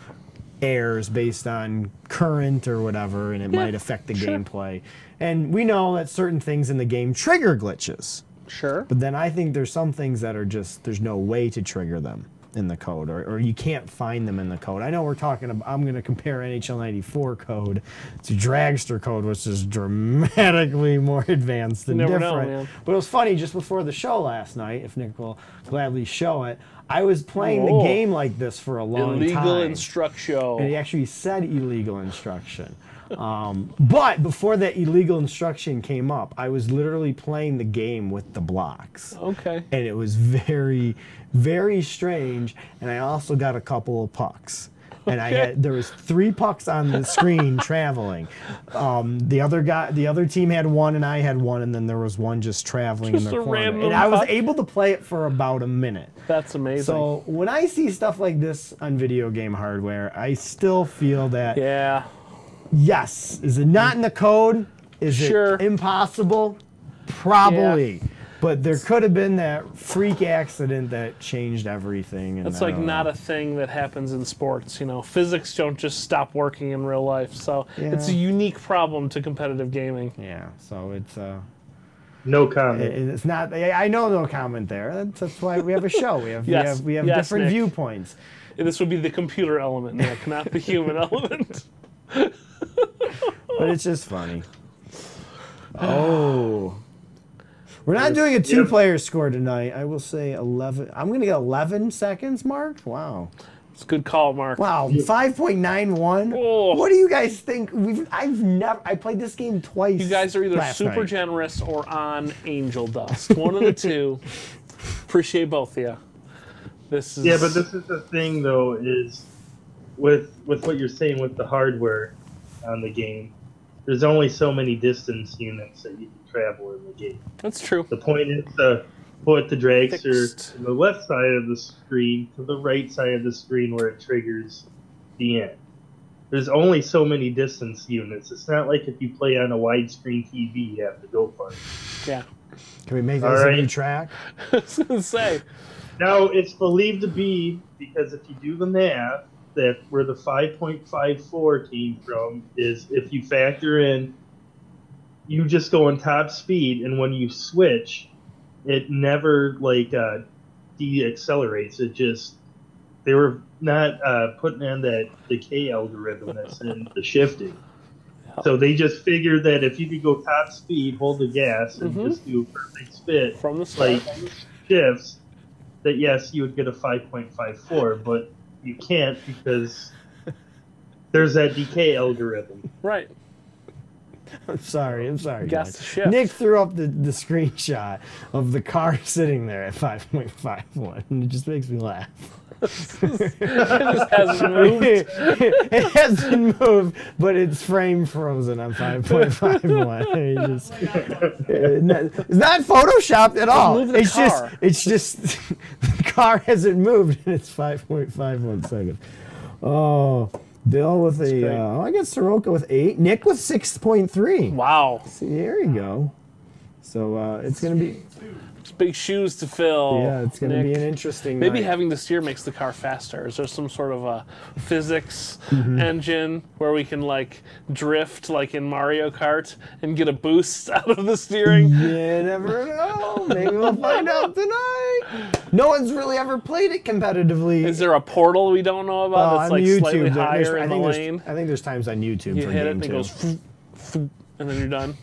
[SPEAKER 1] errors based on current or whatever, and it might affect the
[SPEAKER 2] sure.
[SPEAKER 1] gameplay. And we know that certain things in the game trigger glitches,
[SPEAKER 2] sure.
[SPEAKER 1] but then I think there's some things that are just there's no way to trigger them in the code, or, or you can't find them in the code. I know we're talking. About, I'm going to compare NHL '94 code to Dragster code, which is dramatically more advanced and
[SPEAKER 2] never know,
[SPEAKER 1] different.
[SPEAKER 2] man.
[SPEAKER 1] But it was funny just before the show last night. If Nick will gladly show it, I was playing
[SPEAKER 2] Whoa.
[SPEAKER 1] the game like this for a long time.
[SPEAKER 2] Oh. Illegal instruction.
[SPEAKER 1] And he actually said illegal instruction. Um, but before that illegal instruction came up, I was literally playing the game with the blocks.
[SPEAKER 2] Okay.
[SPEAKER 1] And it was very, very strange. And I also got a couple of pucks. and I had there was three pucks on the screen
[SPEAKER 2] *laughs*
[SPEAKER 1] traveling. Um, the other guy, the other team had one, and I had one, and then there was one just traveling
[SPEAKER 2] Just
[SPEAKER 1] in the
[SPEAKER 2] a
[SPEAKER 1] corner.
[SPEAKER 2] random
[SPEAKER 1] And I was
[SPEAKER 2] puck?
[SPEAKER 1] able to play it for about a minute.
[SPEAKER 2] That's amazing.
[SPEAKER 1] So when I see stuff like this on video game hardware, I still feel that
[SPEAKER 2] yeah.
[SPEAKER 1] yes, is it not in the code? Is
[SPEAKER 2] Sure.
[SPEAKER 1] it impossible? Probably. But there could have been that freak accident that changed everything. And
[SPEAKER 2] It's
[SPEAKER 1] I
[SPEAKER 2] like
[SPEAKER 1] don't
[SPEAKER 2] not
[SPEAKER 1] know.
[SPEAKER 2] a thing that happens in sports. You know, physics don't just stop working in real life. So it's a
[SPEAKER 1] Yeah.
[SPEAKER 2] unique problem to competitive gaming.
[SPEAKER 1] Yeah, so it's uh,
[SPEAKER 4] No
[SPEAKER 1] it,
[SPEAKER 4] comment.
[SPEAKER 1] it's not. I I know no comment there. That's, that's why we have a show. We have
[SPEAKER 2] Yes.
[SPEAKER 1] we have we have
[SPEAKER 2] Yes,
[SPEAKER 1] different
[SPEAKER 2] Nick.
[SPEAKER 1] viewpoints.
[SPEAKER 2] This would be the computer element, Nick, not the human *laughs* element.
[SPEAKER 1] but it's just
[SPEAKER 2] *sighs*
[SPEAKER 1] funny. Oh. We're not doing a
[SPEAKER 4] Yep.
[SPEAKER 1] two player score tonight. I will say 11. I'm going to get 11 seconds marked. Wow.
[SPEAKER 2] It's a good call, Mark.
[SPEAKER 1] Wow. 5.91.
[SPEAKER 2] Oh.
[SPEAKER 1] What do you guys think? We've I've never I played this game twice.
[SPEAKER 2] You guys are either
[SPEAKER 1] last
[SPEAKER 2] super
[SPEAKER 1] night.
[SPEAKER 2] generous or on angel dust. One of
[SPEAKER 1] *laughs*
[SPEAKER 2] the two. Appreciate both of you. This is
[SPEAKER 4] Yeah, but this is the thing though is with with what you're saying with the hardware on the game. There's only so many distance units that you can travel in the game.
[SPEAKER 2] that's true.
[SPEAKER 4] The point is to put the drags are
[SPEAKER 2] Fixed.
[SPEAKER 4] from the left side of the screen to the right side of the screen where it triggers the end. There's only so many distance units. It's not like if you play on a widescreen TV, you have to go far.
[SPEAKER 2] Yeah,
[SPEAKER 1] Can we make
[SPEAKER 4] All
[SPEAKER 1] this a new
[SPEAKER 4] right.
[SPEAKER 1] track?
[SPEAKER 2] *laughs* I was gonna say
[SPEAKER 4] Now it's believed to be because if you do the math, that where the 5.54 came from is if you factor in, you just go on top speed, and when you switch, it never like uh, deaccelerates. It just they were not uh, putting in that decay algorithm that's in the shifting. So they just figured that if you could go top speed, hold the gas, and
[SPEAKER 2] Mhm.
[SPEAKER 4] just do a perfect spit,
[SPEAKER 2] from the start.
[SPEAKER 4] like shifts that yes you would get a 5.54 but you can't because there's that decay algorithm
[SPEAKER 2] Right.
[SPEAKER 1] I'm sorry. I'm sorry.
[SPEAKER 2] Guess
[SPEAKER 1] guys.
[SPEAKER 2] the shift.
[SPEAKER 1] Nick threw up the, the screenshot of the car *laughs* sitting there at 5.51. and It just makes me laugh.
[SPEAKER 2] It just
[SPEAKER 1] *laughs*
[SPEAKER 2] hasn't moved.
[SPEAKER 1] it hasn't moved, but it's frame frozen on 5.51. It's, just- it's not photoshopped at all.
[SPEAKER 2] move the
[SPEAKER 1] it's
[SPEAKER 2] car.
[SPEAKER 1] just, it's just, *laughs* the car hasn't moved, and it's 5.51 seconds. Oh, Bill with a, uh, oh, I guess Soroka with eight, Nick with 6.3.
[SPEAKER 2] Wow,
[SPEAKER 1] See, there you go. So uh, it's gonna be,
[SPEAKER 2] it's big shoes to fill.
[SPEAKER 1] yeah, it's gonna be
[SPEAKER 2] Oh, Nick.
[SPEAKER 1] an interesting.
[SPEAKER 2] Maybe
[SPEAKER 1] night.
[SPEAKER 2] having the steer makes the car faster. Is there some sort of a physics
[SPEAKER 1] Mm-hmm.
[SPEAKER 2] engine where we can like drift like in Mario Kart and get a boost *laughs* out of the steering?
[SPEAKER 1] You never know. Maybe we'll find out tonight. No one's really ever played it competitively.
[SPEAKER 2] Is there a portal we don't know about
[SPEAKER 1] Uh,
[SPEAKER 2] that's
[SPEAKER 1] on
[SPEAKER 2] like
[SPEAKER 1] YouTube,
[SPEAKER 2] slightly
[SPEAKER 1] there- there's-
[SPEAKER 2] higher
[SPEAKER 1] I
[SPEAKER 2] in the
[SPEAKER 1] think there's-
[SPEAKER 2] lane?
[SPEAKER 1] I think there's times on YouTube
[SPEAKER 2] You
[SPEAKER 1] for
[SPEAKER 2] hit it
[SPEAKER 1] game
[SPEAKER 2] and it
[SPEAKER 1] two.
[SPEAKER 2] goes, "Phoop, phoop," *laughs* and then you're done.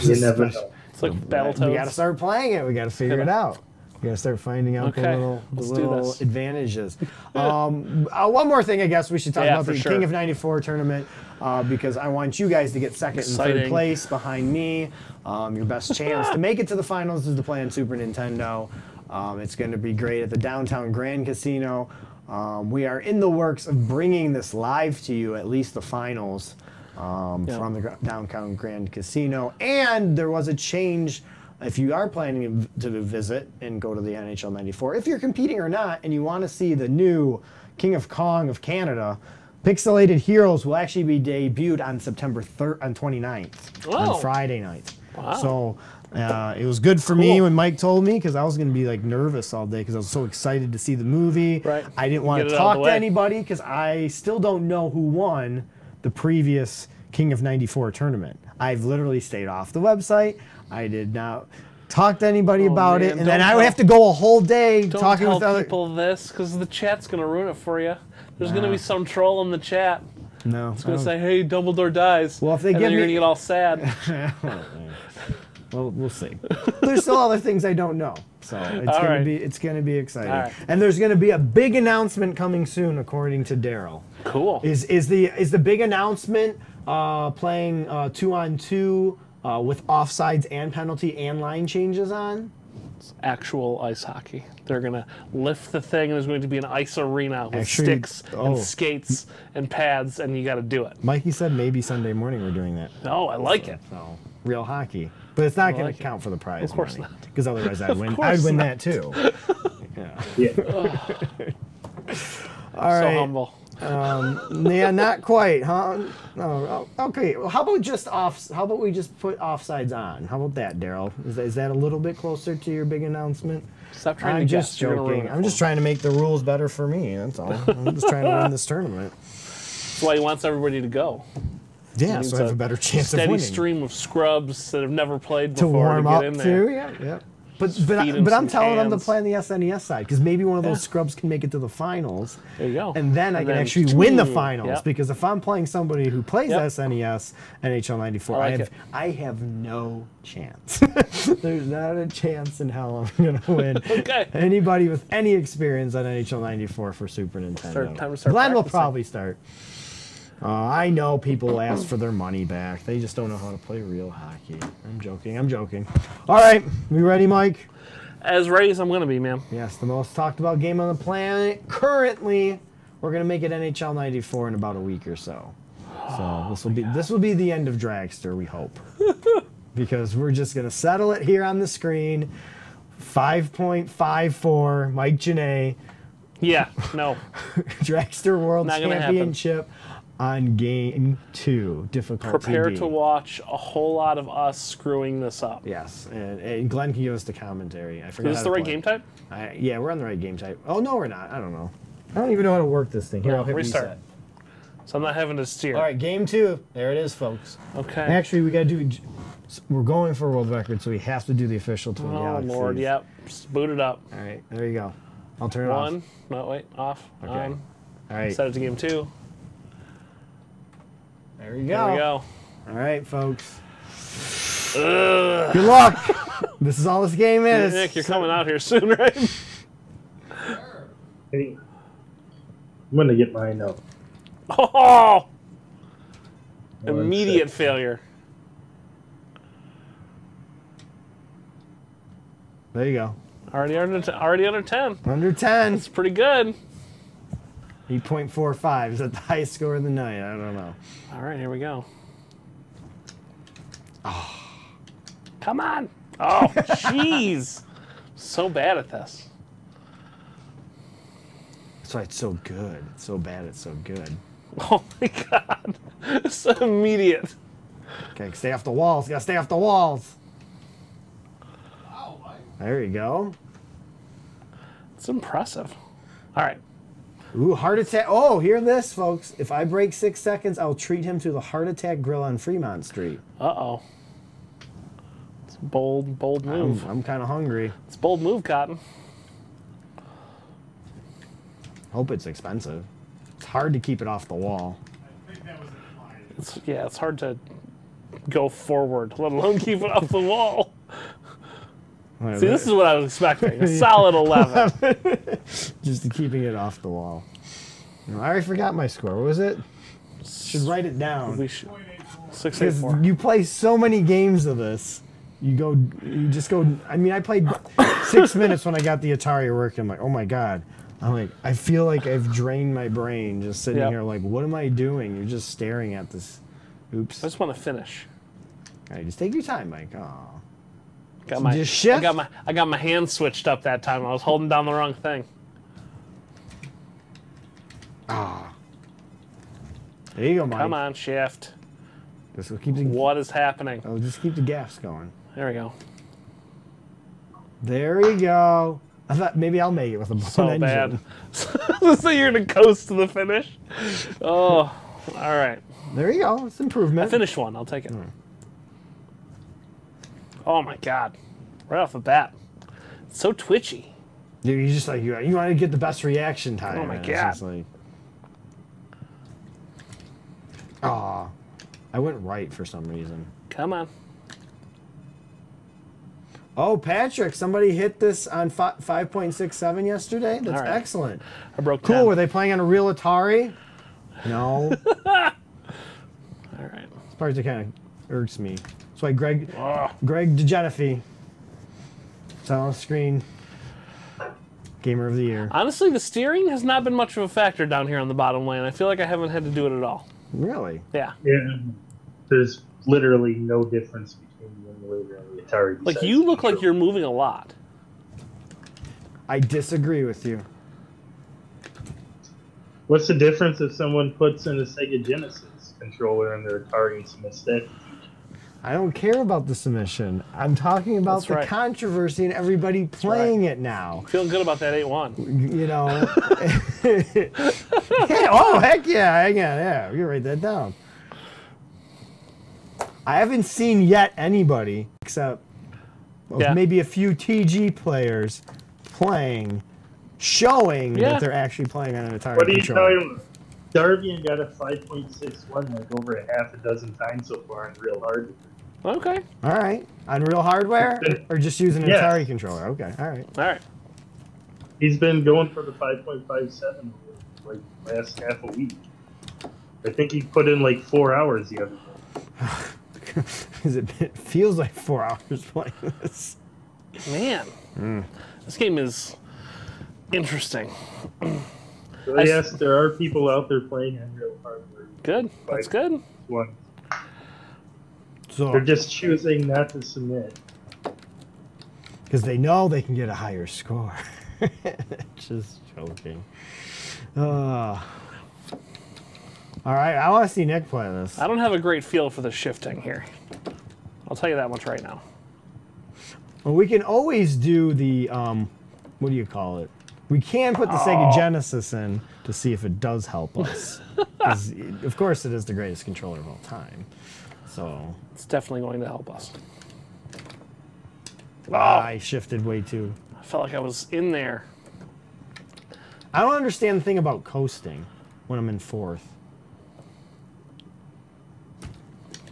[SPEAKER 4] you never know
[SPEAKER 2] It's like
[SPEAKER 1] We gotta
[SPEAKER 2] Battletoads.
[SPEAKER 1] start playing it. We gotta figure it out. We gotta start finding out the
[SPEAKER 2] Okay,
[SPEAKER 1] little, the
[SPEAKER 2] let's do
[SPEAKER 1] little
[SPEAKER 2] this.
[SPEAKER 1] advantages. Um, uh, one more thing, I guess we should talk
[SPEAKER 2] Yeah,
[SPEAKER 1] about
[SPEAKER 2] for
[SPEAKER 1] the
[SPEAKER 2] sure.
[SPEAKER 1] King of '94 tournament uh, because I want you guys to get second and
[SPEAKER 2] Exciting.
[SPEAKER 1] third place behind me. Um, your best chance to make it to the finals is to play on Super Nintendo. Um, it's going to be great at the downtown Grand Casino. Um, we are in the works of bringing this live to you, at least the finals um,
[SPEAKER 2] Yeah.
[SPEAKER 1] from the gr- downtown Grand Casino. And there was a change. If you are planning to visit and go to the NHL 94, if you're competing or not, and you want to see the new King of Kong of Canada, Pixelated Heroes will actually be debuted on September 3rd, on 29th,
[SPEAKER 2] Oh.
[SPEAKER 1] on Friday night. So uh, it was good for me
[SPEAKER 2] Cool.
[SPEAKER 1] when Mike told me because I was going to be like nervous all day because I was so excited to see the movie.
[SPEAKER 2] Right.
[SPEAKER 1] I didn't want
[SPEAKER 2] Get
[SPEAKER 1] to
[SPEAKER 2] it out of
[SPEAKER 1] talk
[SPEAKER 2] the
[SPEAKER 1] to
[SPEAKER 2] way.
[SPEAKER 1] anybody because I still don't know who won the previous King of 94 tournament. I've literally stayed off the website. I did not talk to anybody
[SPEAKER 2] Oh,
[SPEAKER 1] about it.
[SPEAKER 2] man,
[SPEAKER 1] And then
[SPEAKER 2] don't
[SPEAKER 1] I would
[SPEAKER 2] tell-
[SPEAKER 1] have to go a whole day
[SPEAKER 2] Don't
[SPEAKER 1] talking
[SPEAKER 2] tell
[SPEAKER 1] with other
[SPEAKER 2] people this because the chat's gonna ruin it for you. There's gonna be some troll in the chat
[SPEAKER 1] No. I
[SPEAKER 2] gonna
[SPEAKER 1] don't-
[SPEAKER 2] say, "Hey, Dumbledore dies."
[SPEAKER 1] Oh. Well, if they
[SPEAKER 2] and
[SPEAKER 1] give
[SPEAKER 2] then you're
[SPEAKER 1] me-
[SPEAKER 2] gonna get
[SPEAKER 1] *laughs*
[SPEAKER 2] all sad.
[SPEAKER 1] Well, we'll
[SPEAKER 2] *laughs*
[SPEAKER 1] see. there's still other things I don't know, so it's
[SPEAKER 2] All
[SPEAKER 1] gonna
[SPEAKER 2] right.
[SPEAKER 1] be it's gonna be exciting.
[SPEAKER 2] All right.
[SPEAKER 1] And there's gonna be a big announcement coming soon, according to Daryl.
[SPEAKER 2] cool.
[SPEAKER 1] Is is the is the big announcement uh, playing uh, two on two uh, with offsides and penalty and line changes on?
[SPEAKER 2] It's actual ice hockey. They're gonna lift the thing, and there's going to be an ice arena with
[SPEAKER 1] Actually,
[SPEAKER 2] sticks
[SPEAKER 1] oh.
[SPEAKER 2] and skates and pads, and you got to do it.
[SPEAKER 1] Mikey said maybe Sunday morning we're doing that.
[SPEAKER 2] No, I like it.
[SPEAKER 1] So real hockey, but it's not going
[SPEAKER 2] like it.
[SPEAKER 1] to count for the prize.
[SPEAKER 2] Of course
[SPEAKER 1] money,
[SPEAKER 2] not.
[SPEAKER 1] Because otherwise,
[SPEAKER 2] *laughs*
[SPEAKER 1] I'd win.
[SPEAKER 2] course
[SPEAKER 1] I'd win
[SPEAKER 2] not.
[SPEAKER 1] that
[SPEAKER 2] *laughs*
[SPEAKER 1] too.
[SPEAKER 4] Yeah.
[SPEAKER 1] All
[SPEAKER 2] so
[SPEAKER 1] right.
[SPEAKER 2] humble.
[SPEAKER 1] *laughs* yeah, not quite, huh? No, oh, okay. Well, how about just off? How about we just put offsides on? How about that, Daryl? Is, that- is that a little bit closer to your big announcement?
[SPEAKER 2] Stop trying
[SPEAKER 1] I'm
[SPEAKER 2] to
[SPEAKER 1] just
[SPEAKER 2] guess. You're gonna ruin
[SPEAKER 1] joking.
[SPEAKER 2] it
[SPEAKER 1] I'm
[SPEAKER 2] for
[SPEAKER 1] just
[SPEAKER 2] him.
[SPEAKER 1] trying to make the rules better for me. That's all. I'm just trying to win this
[SPEAKER 2] *laughs*
[SPEAKER 1] tournament.
[SPEAKER 2] That's why he wants everybody to go.
[SPEAKER 1] Yeah,
[SPEAKER 2] Needs
[SPEAKER 1] so I have a better chance of
[SPEAKER 2] steady
[SPEAKER 1] winning.
[SPEAKER 2] stream of scrubs that have never played
[SPEAKER 1] to
[SPEAKER 2] before
[SPEAKER 1] warm
[SPEAKER 2] to get in
[SPEAKER 1] up
[SPEAKER 2] there.
[SPEAKER 1] too. Yeah, yeah. But but,
[SPEAKER 2] feed
[SPEAKER 1] I,
[SPEAKER 2] 'em
[SPEAKER 1] but I'm
[SPEAKER 2] some
[SPEAKER 1] telling them to
[SPEAKER 2] cans.
[SPEAKER 1] play on the SNES side because maybe one of those
[SPEAKER 2] Yeah.
[SPEAKER 1] scrubs can make it to the finals.
[SPEAKER 2] There you go.
[SPEAKER 1] And then I can
[SPEAKER 2] then-
[SPEAKER 1] actually win the
[SPEAKER 2] Ooh,
[SPEAKER 1] finals
[SPEAKER 2] yep.
[SPEAKER 1] because if I'm playing somebody who plays E
[SPEAKER 2] Yep.
[SPEAKER 1] SNES and HL '94, I,
[SPEAKER 2] I like
[SPEAKER 1] have
[SPEAKER 2] it.
[SPEAKER 1] I have no chance. *laughs* There's not a chance in hell I'm gonna win.
[SPEAKER 2] *laughs* Okay.
[SPEAKER 1] Anybody with any experience on NHL '94 for Super Nintendo.
[SPEAKER 2] Start- time to start
[SPEAKER 1] Glenn will
[SPEAKER 2] practicing.
[SPEAKER 1] probably start. Uh, I know people ask for their money back. They just don't know how to play real hockey. I'm joking. I'm joking. All right, we ready, Mike?
[SPEAKER 2] As ready as I'm gonna be, man.
[SPEAKER 1] Yes, the most talked about game on the planet currently. We're gonna make it NHL '94 in about a week or so. So
[SPEAKER 2] Oh
[SPEAKER 1] this will be this will be the end of Dragster, we
[SPEAKER 2] *laughs*
[SPEAKER 1] hope, because we're just gonna settle it here on the screen. 5.54, Mike Janae,
[SPEAKER 2] Yeah. No.
[SPEAKER 1] Dragster World
[SPEAKER 2] Not gonna happen.
[SPEAKER 1] Championship on game two. Difficulty.
[SPEAKER 2] Prepare
[SPEAKER 1] B.
[SPEAKER 2] to watch a whole lot of us screwing this up.
[SPEAKER 1] Yes, and, and Glenn can give us the commentary. I forgot.
[SPEAKER 2] Is this
[SPEAKER 1] how
[SPEAKER 2] the
[SPEAKER 1] to
[SPEAKER 2] right
[SPEAKER 1] play.
[SPEAKER 2] game type?
[SPEAKER 1] I, yeah, we're on the right game type. Oh no, we're not. I don't know. I don't even know how to work this thing. Here,
[SPEAKER 2] No,
[SPEAKER 1] I'll hit
[SPEAKER 2] restart.
[SPEAKER 1] reset.
[SPEAKER 2] So I'm not having to steer.
[SPEAKER 1] All right, game two. There it is, folks.
[SPEAKER 2] Okay.
[SPEAKER 1] Actually, we gotta do. We're going for world record, so we have to do the official Twin
[SPEAKER 2] oh
[SPEAKER 1] Galaxies.
[SPEAKER 2] Lord. Yep. Just boot it up.
[SPEAKER 1] All right, there you go. I'll turn it
[SPEAKER 2] One.
[SPEAKER 1] off.
[SPEAKER 2] No. Wait. Off.
[SPEAKER 1] Okay.
[SPEAKER 2] On.
[SPEAKER 1] All right,
[SPEAKER 2] Set it to game two.
[SPEAKER 1] there you
[SPEAKER 2] There
[SPEAKER 1] go.
[SPEAKER 2] we go.
[SPEAKER 1] All right, folks. Good luck. *laughs* this is all this game is.
[SPEAKER 2] Nick, you're coming out here soon, *laughs* right?
[SPEAKER 4] Hey, I'm gonna get mine up.
[SPEAKER 2] Oh!
[SPEAKER 4] One
[SPEAKER 2] Immediate
[SPEAKER 4] sec.
[SPEAKER 2] failure.
[SPEAKER 1] There you go.
[SPEAKER 2] Already under t- already under ten.
[SPEAKER 1] Under ten.
[SPEAKER 2] It's pretty good.
[SPEAKER 1] 8.45 is that the highest score of the night. I don't know.
[SPEAKER 2] All right, here we go. Come on. Ah. *laughs* Oh, jeez. So bad at this. *laughs*
[SPEAKER 1] That's why it's so good. It's so bad. It's so good.
[SPEAKER 2] Oh my god. *laughs* It's immediate.
[SPEAKER 1] Okay, stay off the walls. Gotta stay off the walls. There you go.
[SPEAKER 2] It's impressive. All right.
[SPEAKER 1] Ooh, heart attack. Oh, hear this, folks. If I break six seconds, I'll treat him to the Heart Attack Grill on Fremont Street.
[SPEAKER 2] Uh oh. It's a bold, bold
[SPEAKER 1] I'm,
[SPEAKER 2] move.
[SPEAKER 1] I'm kind of hungry.
[SPEAKER 2] It's a bold move, Cotton.
[SPEAKER 1] Hope it's expensive. It's hard to keep it off the wall.
[SPEAKER 2] It's, yeah, it's hard to go forward, let alone *laughs* keep it off the wall. See, this is what I was expecting. *laughs* A solid 11.
[SPEAKER 1] just keeping it off the wall. No, I already forgot my score. What was it? Should write it down.
[SPEAKER 2] We should, 684.
[SPEAKER 1] Because you play so many games of this, you go, you just go. I mean, I played
[SPEAKER 2] *laughs*
[SPEAKER 1] six minutes when I got the Atari working. I'm like, oh my god. I'm like, I feel like I've drained my brain just sitting
[SPEAKER 2] Yep.
[SPEAKER 1] here. Like, what am I doing? You're just staring at this. Oops.
[SPEAKER 2] I just want to finish.
[SPEAKER 1] All right, just take your time, Mike. Oh,
[SPEAKER 2] Got my,
[SPEAKER 1] Just shift?
[SPEAKER 2] I got my I got my hand switched up that time. I was holding down the wrong thing.
[SPEAKER 1] there you go, Mike.
[SPEAKER 2] Come on, shift.
[SPEAKER 1] Just keep the
[SPEAKER 2] What is happening?
[SPEAKER 1] oh, just keep the gas going.
[SPEAKER 2] There we go.
[SPEAKER 1] There you go. I thought maybe I'll make it with a blown
[SPEAKER 2] So
[SPEAKER 1] engine.
[SPEAKER 2] bad. *laughs* so you're gonna coast to the finish. Oh, all right.
[SPEAKER 1] There you go. It's improvement.
[SPEAKER 2] Finish one. I'll take it. Oh my god! Right off the bat, It's so twitchy.
[SPEAKER 1] Dude, you just like you, you want to get the best reaction time.
[SPEAKER 2] Oh my
[SPEAKER 1] and
[SPEAKER 2] God.
[SPEAKER 1] It's just like, Aw. I went right for some reason.
[SPEAKER 2] Come on.
[SPEAKER 1] Oh, Patrick, somebody hit this on fi- 5.67 yesterday. That's
[SPEAKER 2] All right.
[SPEAKER 1] excellent.
[SPEAKER 2] I broke.
[SPEAKER 1] Cool.
[SPEAKER 2] 10.
[SPEAKER 1] Were they playing on a real Atari? No.
[SPEAKER 2] *laughs*
[SPEAKER 1] this
[SPEAKER 2] All right.
[SPEAKER 1] part that kind of irks me. That's why Greg, Greg DeGenefi Silent screen. Gamer of the year.
[SPEAKER 2] Honestly, the steering has not been much of a factor down here on the bottom lane. I feel like I haven't had to do it at all.
[SPEAKER 1] Really?
[SPEAKER 2] Yeah.
[SPEAKER 4] Yeah, there's literally no difference between the emulator and the Atari.
[SPEAKER 2] Like,
[SPEAKER 4] besides
[SPEAKER 2] you look like
[SPEAKER 4] control.
[SPEAKER 2] you're moving a lot.
[SPEAKER 1] I disagree with you.
[SPEAKER 4] What's the difference if someone puts in a Sega Genesis controller in their Atari and submits that?
[SPEAKER 1] I don't care about the submission. I'm talking about
[SPEAKER 2] That's
[SPEAKER 1] the
[SPEAKER 2] right.
[SPEAKER 1] controversy and everybody playing it now.
[SPEAKER 2] Feeling good about that 8 1.
[SPEAKER 1] You know. *laughs*
[SPEAKER 2] *laughs*
[SPEAKER 1] Yeah, oh heck yeah! Hang on, yeah, we can write that down. I haven't seen yet anybody except
[SPEAKER 2] Yeah.
[SPEAKER 1] maybe a few TG players playing, showing
[SPEAKER 2] Yeah.
[SPEAKER 1] that they're actually playing on an Atari
[SPEAKER 4] What are you
[SPEAKER 1] controller.
[SPEAKER 4] talking about? Darvian got a 5.61 like over a half a dozen times so far in real hard.
[SPEAKER 2] Okay.
[SPEAKER 1] All right, on real hardware or just using an
[SPEAKER 4] Yes.
[SPEAKER 1] Atari controller? Okay, all right.
[SPEAKER 2] All right.
[SPEAKER 4] He's been going for the 5.57 like last half a week. I think he put in like four hours the other day.
[SPEAKER 1] *laughs* Because it, it feels like four hours playing this.
[SPEAKER 2] Man.
[SPEAKER 1] Hmm.
[SPEAKER 2] This game is interesting.
[SPEAKER 4] So
[SPEAKER 2] I s-
[SPEAKER 4] yes, there are people out there playing on real hardware.
[SPEAKER 2] Good. That's good.
[SPEAKER 4] One,
[SPEAKER 1] So
[SPEAKER 4] they're just choosing not to submit.
[SPEAKER 1] because they know they can get a higher score. *laughs* Just joking. Uh, all right, I want to see Nick play this.
[SPEAKER 2] I don't have a great feel for the shifting here. I'll tell you that much right now.
[SPEAKER 1] Well, we can always do the um, what do you call it? We can put the
[SPEAKER 4] Oh.
[SPEAKER 1] Sega Genesis in to see if it does help
[SPEAKER 4] *laughs*
[SPEAKER 1] us. 'Cause, of course, it is the greatest controller of all time. So
[SPEAKER 2] It's definitely going to help us.
[SPEAKER 1] I shifted way too.
[SPEAKER 2] I felt like I was in there.
[SPEAKER 1] I don't understand the thing about coasting when I'm in fourth.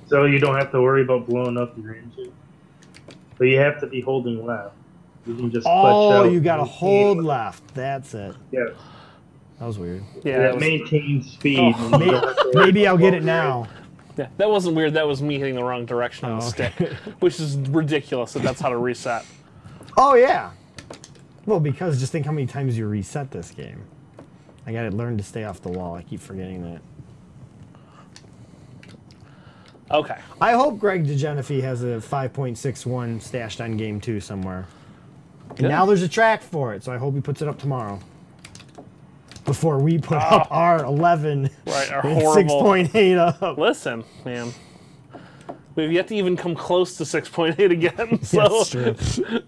[SPEAKER 4] So you don't have to worry about blowing up your engine. But you have to be holding left. You can just clutch
[SPEAKER 2] uh,
[SPEAKER 1] Oh,
[SPEAKER 4] out
[SPEAKER 1] you got to
[SPEAKER 4] and
[SPEAKER 1] hold
[SPEAKER 4] maintain-
[SPEAKER 1] left. That's it.
[SPEAKER 4] Yeah,
[SPEAKER 1] That was weird.
[SPEAKER 2] Yeah,
[SPEAKER 4] that
[SPEAKER 2] that, was,
[SPEAKER 4] maintain speed.
[SPEAKER 2] Oh. *laughs*
[SPEAKER 4] and you don't have to-
[SPEAKER 1] Maybe I'll get it now.
[SPEAKER 2] yeah, that wasn't weird. That was me hitting the wrong direction on the
[SPEAKER 1] Oh, okay.
[SPEAKER 2] stick, which is ridiculous that that's how to reset.
[SPEAKER 1] Oh yeah. Well, because just think how many times you reset this game. I gotta learn to stay off the wall. I keep forgetting that.
[SPEAKER 2] Okay.
[SPEAKER 1] I hope Greg DeGenefi has a 5.61 stashed on game two somewhere. And
[SPEAKER 2] Good.
[SPEAKER 1] now there's a track for it, so I hope he puts it up tomorrow. Before we put up our 11
[SPEAKER 2] Ah. Right, our
[SPEAKER 1] and
[SPEAKER 2] horrible-
[SPEAKER 1] 6.8 up.
[SPEAKER 2] Listen, man. We've yet to even come close to 6.8 again. *laughs* So
[SPEAKER 1] That's true.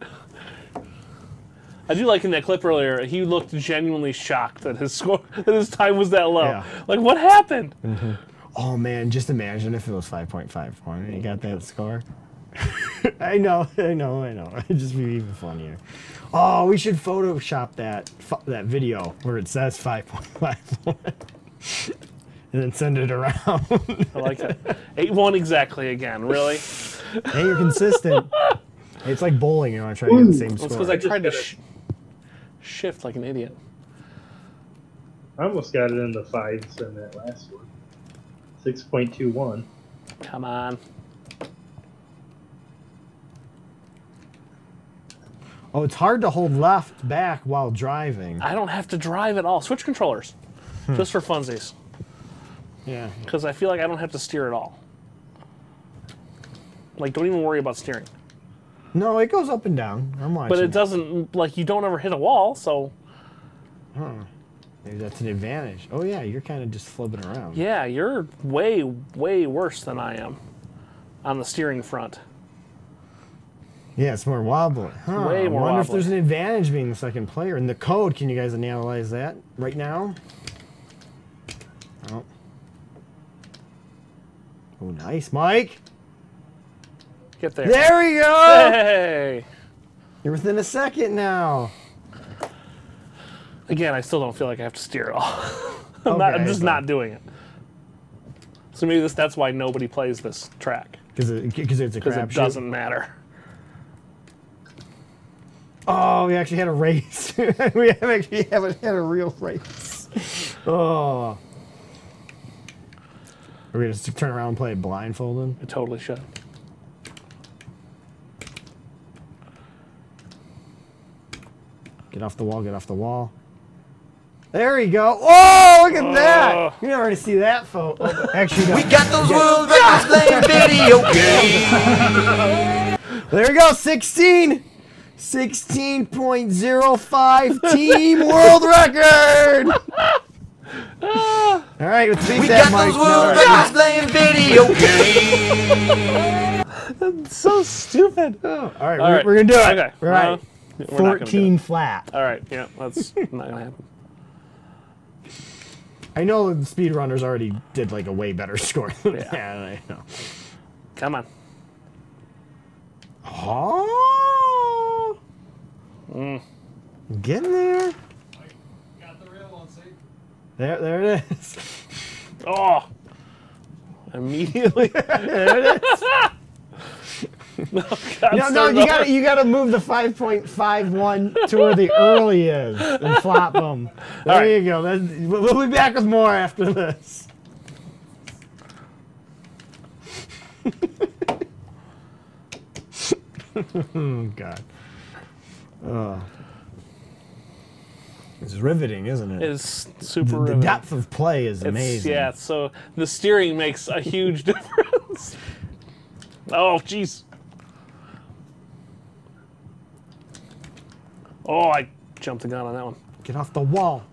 [SPEAKER 2] I do like in that clip earlier, he looked genuinely shocked that his *laughs* score that his time was that low.
[SPEAKER 1] Yeah.
[SPEAKER 2] Like what happened? *laughs*
[SPEAKER 1] Oh man, just imagine if it was 5.51 and you got that score. *laughs* I know, I know, *laughs* I know. It'd just be even funnier. Oh, we should Photoshop that pho- that video where it says 5.51 *laughs* and then send it around. *laughs*
[SPEAKER 2] I like that. 8-1 exactly again, really?
[SPEAKER 1] hey, you're consistent. It's like bowling, you know, I try to get the same
[SPEAKER 2] That's
[SPEAKER 1] score.
[SPEAKER 2] because I tried to sh- shift like an idiot.
[SPEAKER 4] I almost got it in the fives in that last one. Six point two one.
[SPEAKER 2] Come on.
[SPEAKER 1] oh, it's hard to hold left back while driving.
[SPEAKER 2] I don't have to drive at all. Switch controllers. Just for funsies.
[SPEAKER 1] Yeah.
[SPEAKER 2] Because I feel like I don't have to steer at all. Like don't even worry about steering.
[SPEAKER 1] No, it goes up and down. I'm watching.
[SPEAKER 2] But it doesn't like you don't ever hit a wall, so
[SPEAKER 1] Maybe that's an advantage. Oh yeah, you're kind of just flipping around.
[SPEAKER 2] Yeah, you're way, way worse than I am on the steering front.
[SPEAKER 1] Yeah, it's more wobbly. Huh.
[SPEAKER 2] Way
[SPEAKER 1] I
[SPEAKER 2] more
[SPEAKER 1] wonder if
[SPEAKER 2] wobbly.
[SPEAKER 1] there's an advantage being the second player. And the code, can you guys analyze that right now? Oh. Oh, nice, Mike.
[SPEAKER 2] Get there.
[SPEAKER 1] There we
[SPEAKER 2] *laughs*
[SPEAKER 1] go.
[SPEAKER 2] Hey!
[SPEAKER 1] You're within a second now.
[SPEAKER 2] Again, I still don't feel like I have to steer at all. *laughs* I'm, not, I'm
[SPEAKER 1] Okay,
[SPEAKER 2] just
[SPEAKER 1] but-
[SPEAKER 2] not doing it. So maybe this, that's why nobody plays this track
[SPEAKER 1] Because it, 'cause it's a
[SPEAKER 2] because
[SPEAKER 1] crapshoot.
[SPEAKER 2] it doesn't matter.
[SPEAKER 1] Oh, we actually had a race. *laughs* we haven't actually haven't had a real race. Oh. Are we gonna just turn around and play it blindfolded?
[SPEAKER 2] It totally should.
[SPEAKER 1] Get off the wall, get off the wall. There you go. Oh, look at
[SPEAKER 2] Oh.
[SPEAKER 1] that. You're never going to see that photo. Oh, Actually, no.
[SPEAKER 5] We got those world records playing video games.
[SPEAKER 1] There we go, 16. 16.05 team world
[SPEAKER 2] *laughs*
[SPEAKER 1] record. All right, let's beat
[SPEAKER 5] We
[SPEAKER 1] that,
[SPEAKER 5] got
[SPEAKER 1] Mike.
[SPEAKER 5] those
[SPEAKER 1] No,
[SPEAKER 5] world records playing video games.
[SPEAKER 2] So stupid.
[SPEAKER 1] Oh, all right, all right,
[SPEAKER 2] All
[SPEAKER 1] we're, we're gonna do it.
[SPEAKER 2] Okay.
[SPEAKER 1] Right.
[SPEAKER 2] No, we're not gonna do it.
[SPEAKER 1] Fourteen flat.
[SPEAKER 2] All right. Yeah, that's *laughs* not gonna happen.
[SPEAKER 1] I know the speedrunners already did like a way better *laughs* score. than that, I know.
[SPEAKER 2] Come on.
[SPEAKER 1] Oh.
[SPEAKER 2] Mm.
[SPEAKER 1] Getting there. There, there it is.
[SPEAKER 2] *laughs* Oh. Immediately.
[SPEAKER 1] *laughs*
[SPEAKER 2] oh, God,
[SPEAKER 1] No, no,
[SPEAKER 2] start
[SPEAKER 1] you
[SPEAKER 2] over.
[SPEAKER 1] gotta, you gotta move the 5.51 to where the early is and flop them. There
[SPEAKER 2] right.
[SPEAKER 1] you go. That's- we'll we'll be back with more after this. *laughs* oh God. Oh. It's riveting, isn't it?
[SPEAKER 2] It's super.
[SPEAKER 1] the
[SPEAKER 2] riveting.
[SPEAKER 1] depth of play is
[SPEAKER 2] It's-
[SPEAKER 1] amazing.
[SPEAKER 2] Yeah, so the steering makes a huge *laughs* difference. oh, jeez. Oh, I jumped the gun on that one.
[SPEAKER 1] Get off the wall.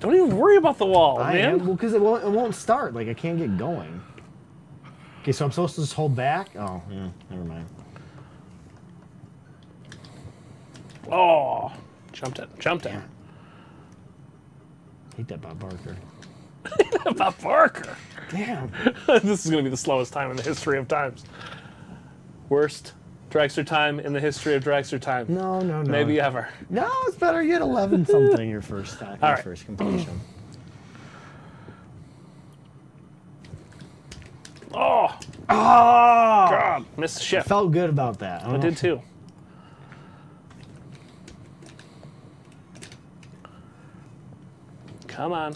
[SPEAKER 2] Don't even worry about the wall,
[SPEAKER 1] I
[SPEAKER 2] man.
[SPEAKER 1] am. Well, because it won't, it won't start. Like, I can't get going. Okay, so I'm supposed to just hold back? Oh, yeah, never mind.
[SPEAKER 2] Oh, jumped it, jumped it. *laughs*
[SPEAKER 1] hate that Bob Barker.
[SPEAKER 2] Bob Barker.
[SPEAKER 1] Damn.
[SPEAKER 2] *laughs* this is going to be the slowest time in the history of times. Worst dragster time in the history of dragster time.
[SPEAKER 1] No, no, no.
[SPEAKER 2] Maybe ever.
[SPEAKER 1] No, it's better. You had 11 something your first time.
[SPEAKER 2] All
[SPEAKER 1] your
[SPEAKER 2] right.
[SPEAKER 1] first
[SPEAKER 2] *clears throat*
[SPEAKER 1] completion.
[SPEAKER 2] Oh,
[SPEAKER 1] Oh!
[SPEAKER 2] God. Missed the ship.
[SPEAKER 1] Felt good about that. I, don't
[SPEAKER 2] Ah! I
[SPEAKER 1] know.
[SPEAKER 2] did too. Come on.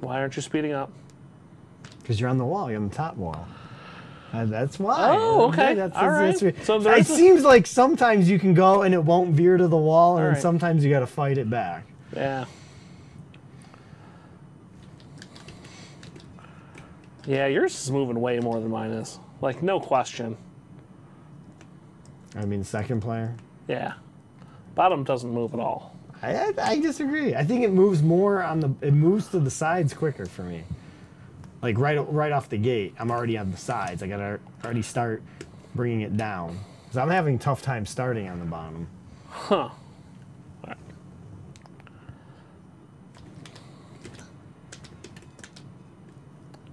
[SPEAKER 2] Why aren't you speeding up?
[SPEAKER 1] Because you're on the wall. You're on the top wall. Uh, that's why.
[SPEAKER 2] Oh, okay.
[SPEAKER 1] That's,
[SPEAKER 2] All right. So
[SPEAKER 1] so
[SPEAKER 2] there
[SPEAKER 1] it
[SPEAKER 2] is a-
[SPEAKER 1] seems like sometimes you can go and it won't veer to the wall, and
[SPEAKER 2] All
[SPEAKER 1] then
[SPEAKER 2] right.
[SPEAKER 1] sometimes you got to fight it back.
[SPEAKER 2] Yeah. Yeah, yours is moving way more than mine is. Like, no question.
[SPEAKER 1] I mean, second player.
[SPEAKER 2] Yeah. Bottom doesn't move at all.
[SPEAKER 1] I, I, I disagree. I think it moves more on the. It moves to the sides quicker for me. Like right right off the gate, I'm already on the sides. I gotta already start bringing it down because I'm having a tough time starting on the bottom.
[SPEAKER 2] Huh. Alright.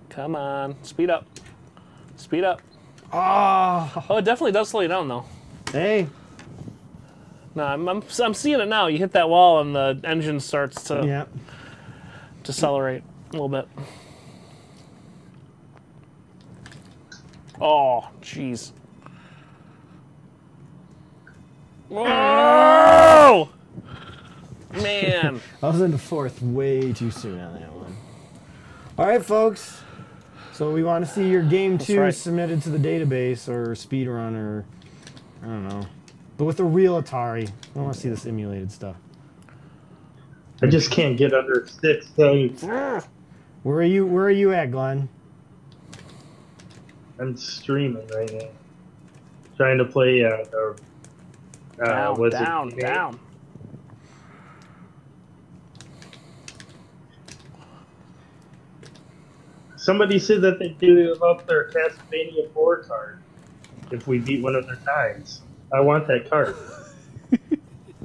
[SPEAKER 2] Come on, speed up. Speed up.
[SPEAKER 1] Oh,
[SPEAKER 2] Oh, it definitely does slow you down, though.
[SPEAKER 1] hey,
[SPEAKER 2] No, I'm, I'm, I'm seeing it now. You hit that wall and the engine starts to
[SPEAKER 1] yeah.
[SPEAKER 2] decelerate a little bit. Oh, jeez. Whoa! Oh! Man.
[SPEAKER 1] I was in the fourth way too soon on that one. All right, folks. So we want to see your game two
[SPEAKER 2] right.
[SPEAKER 1] submitted to the database or speedrun or I don't know, but with a real Atari. I want to see this emulated stuff.
[SPEAKER 4] I just can't get under six. So
[SPEAKER 1] Where are you? Where are you at, Glenn?
[SPEAKER 4] I'm streaming right now, trying to play. Uh, uh, uh,
[SPEAKER 2] down,
[SPEAKER 4] what's it
[SPEAKER 2] down,
[SPEAKER 4] named?
[SPEAKER 2] down.
[SPEAKER 4] Somebody said that they do up their Castlevania 4 card if we beat one of their times. I want that card.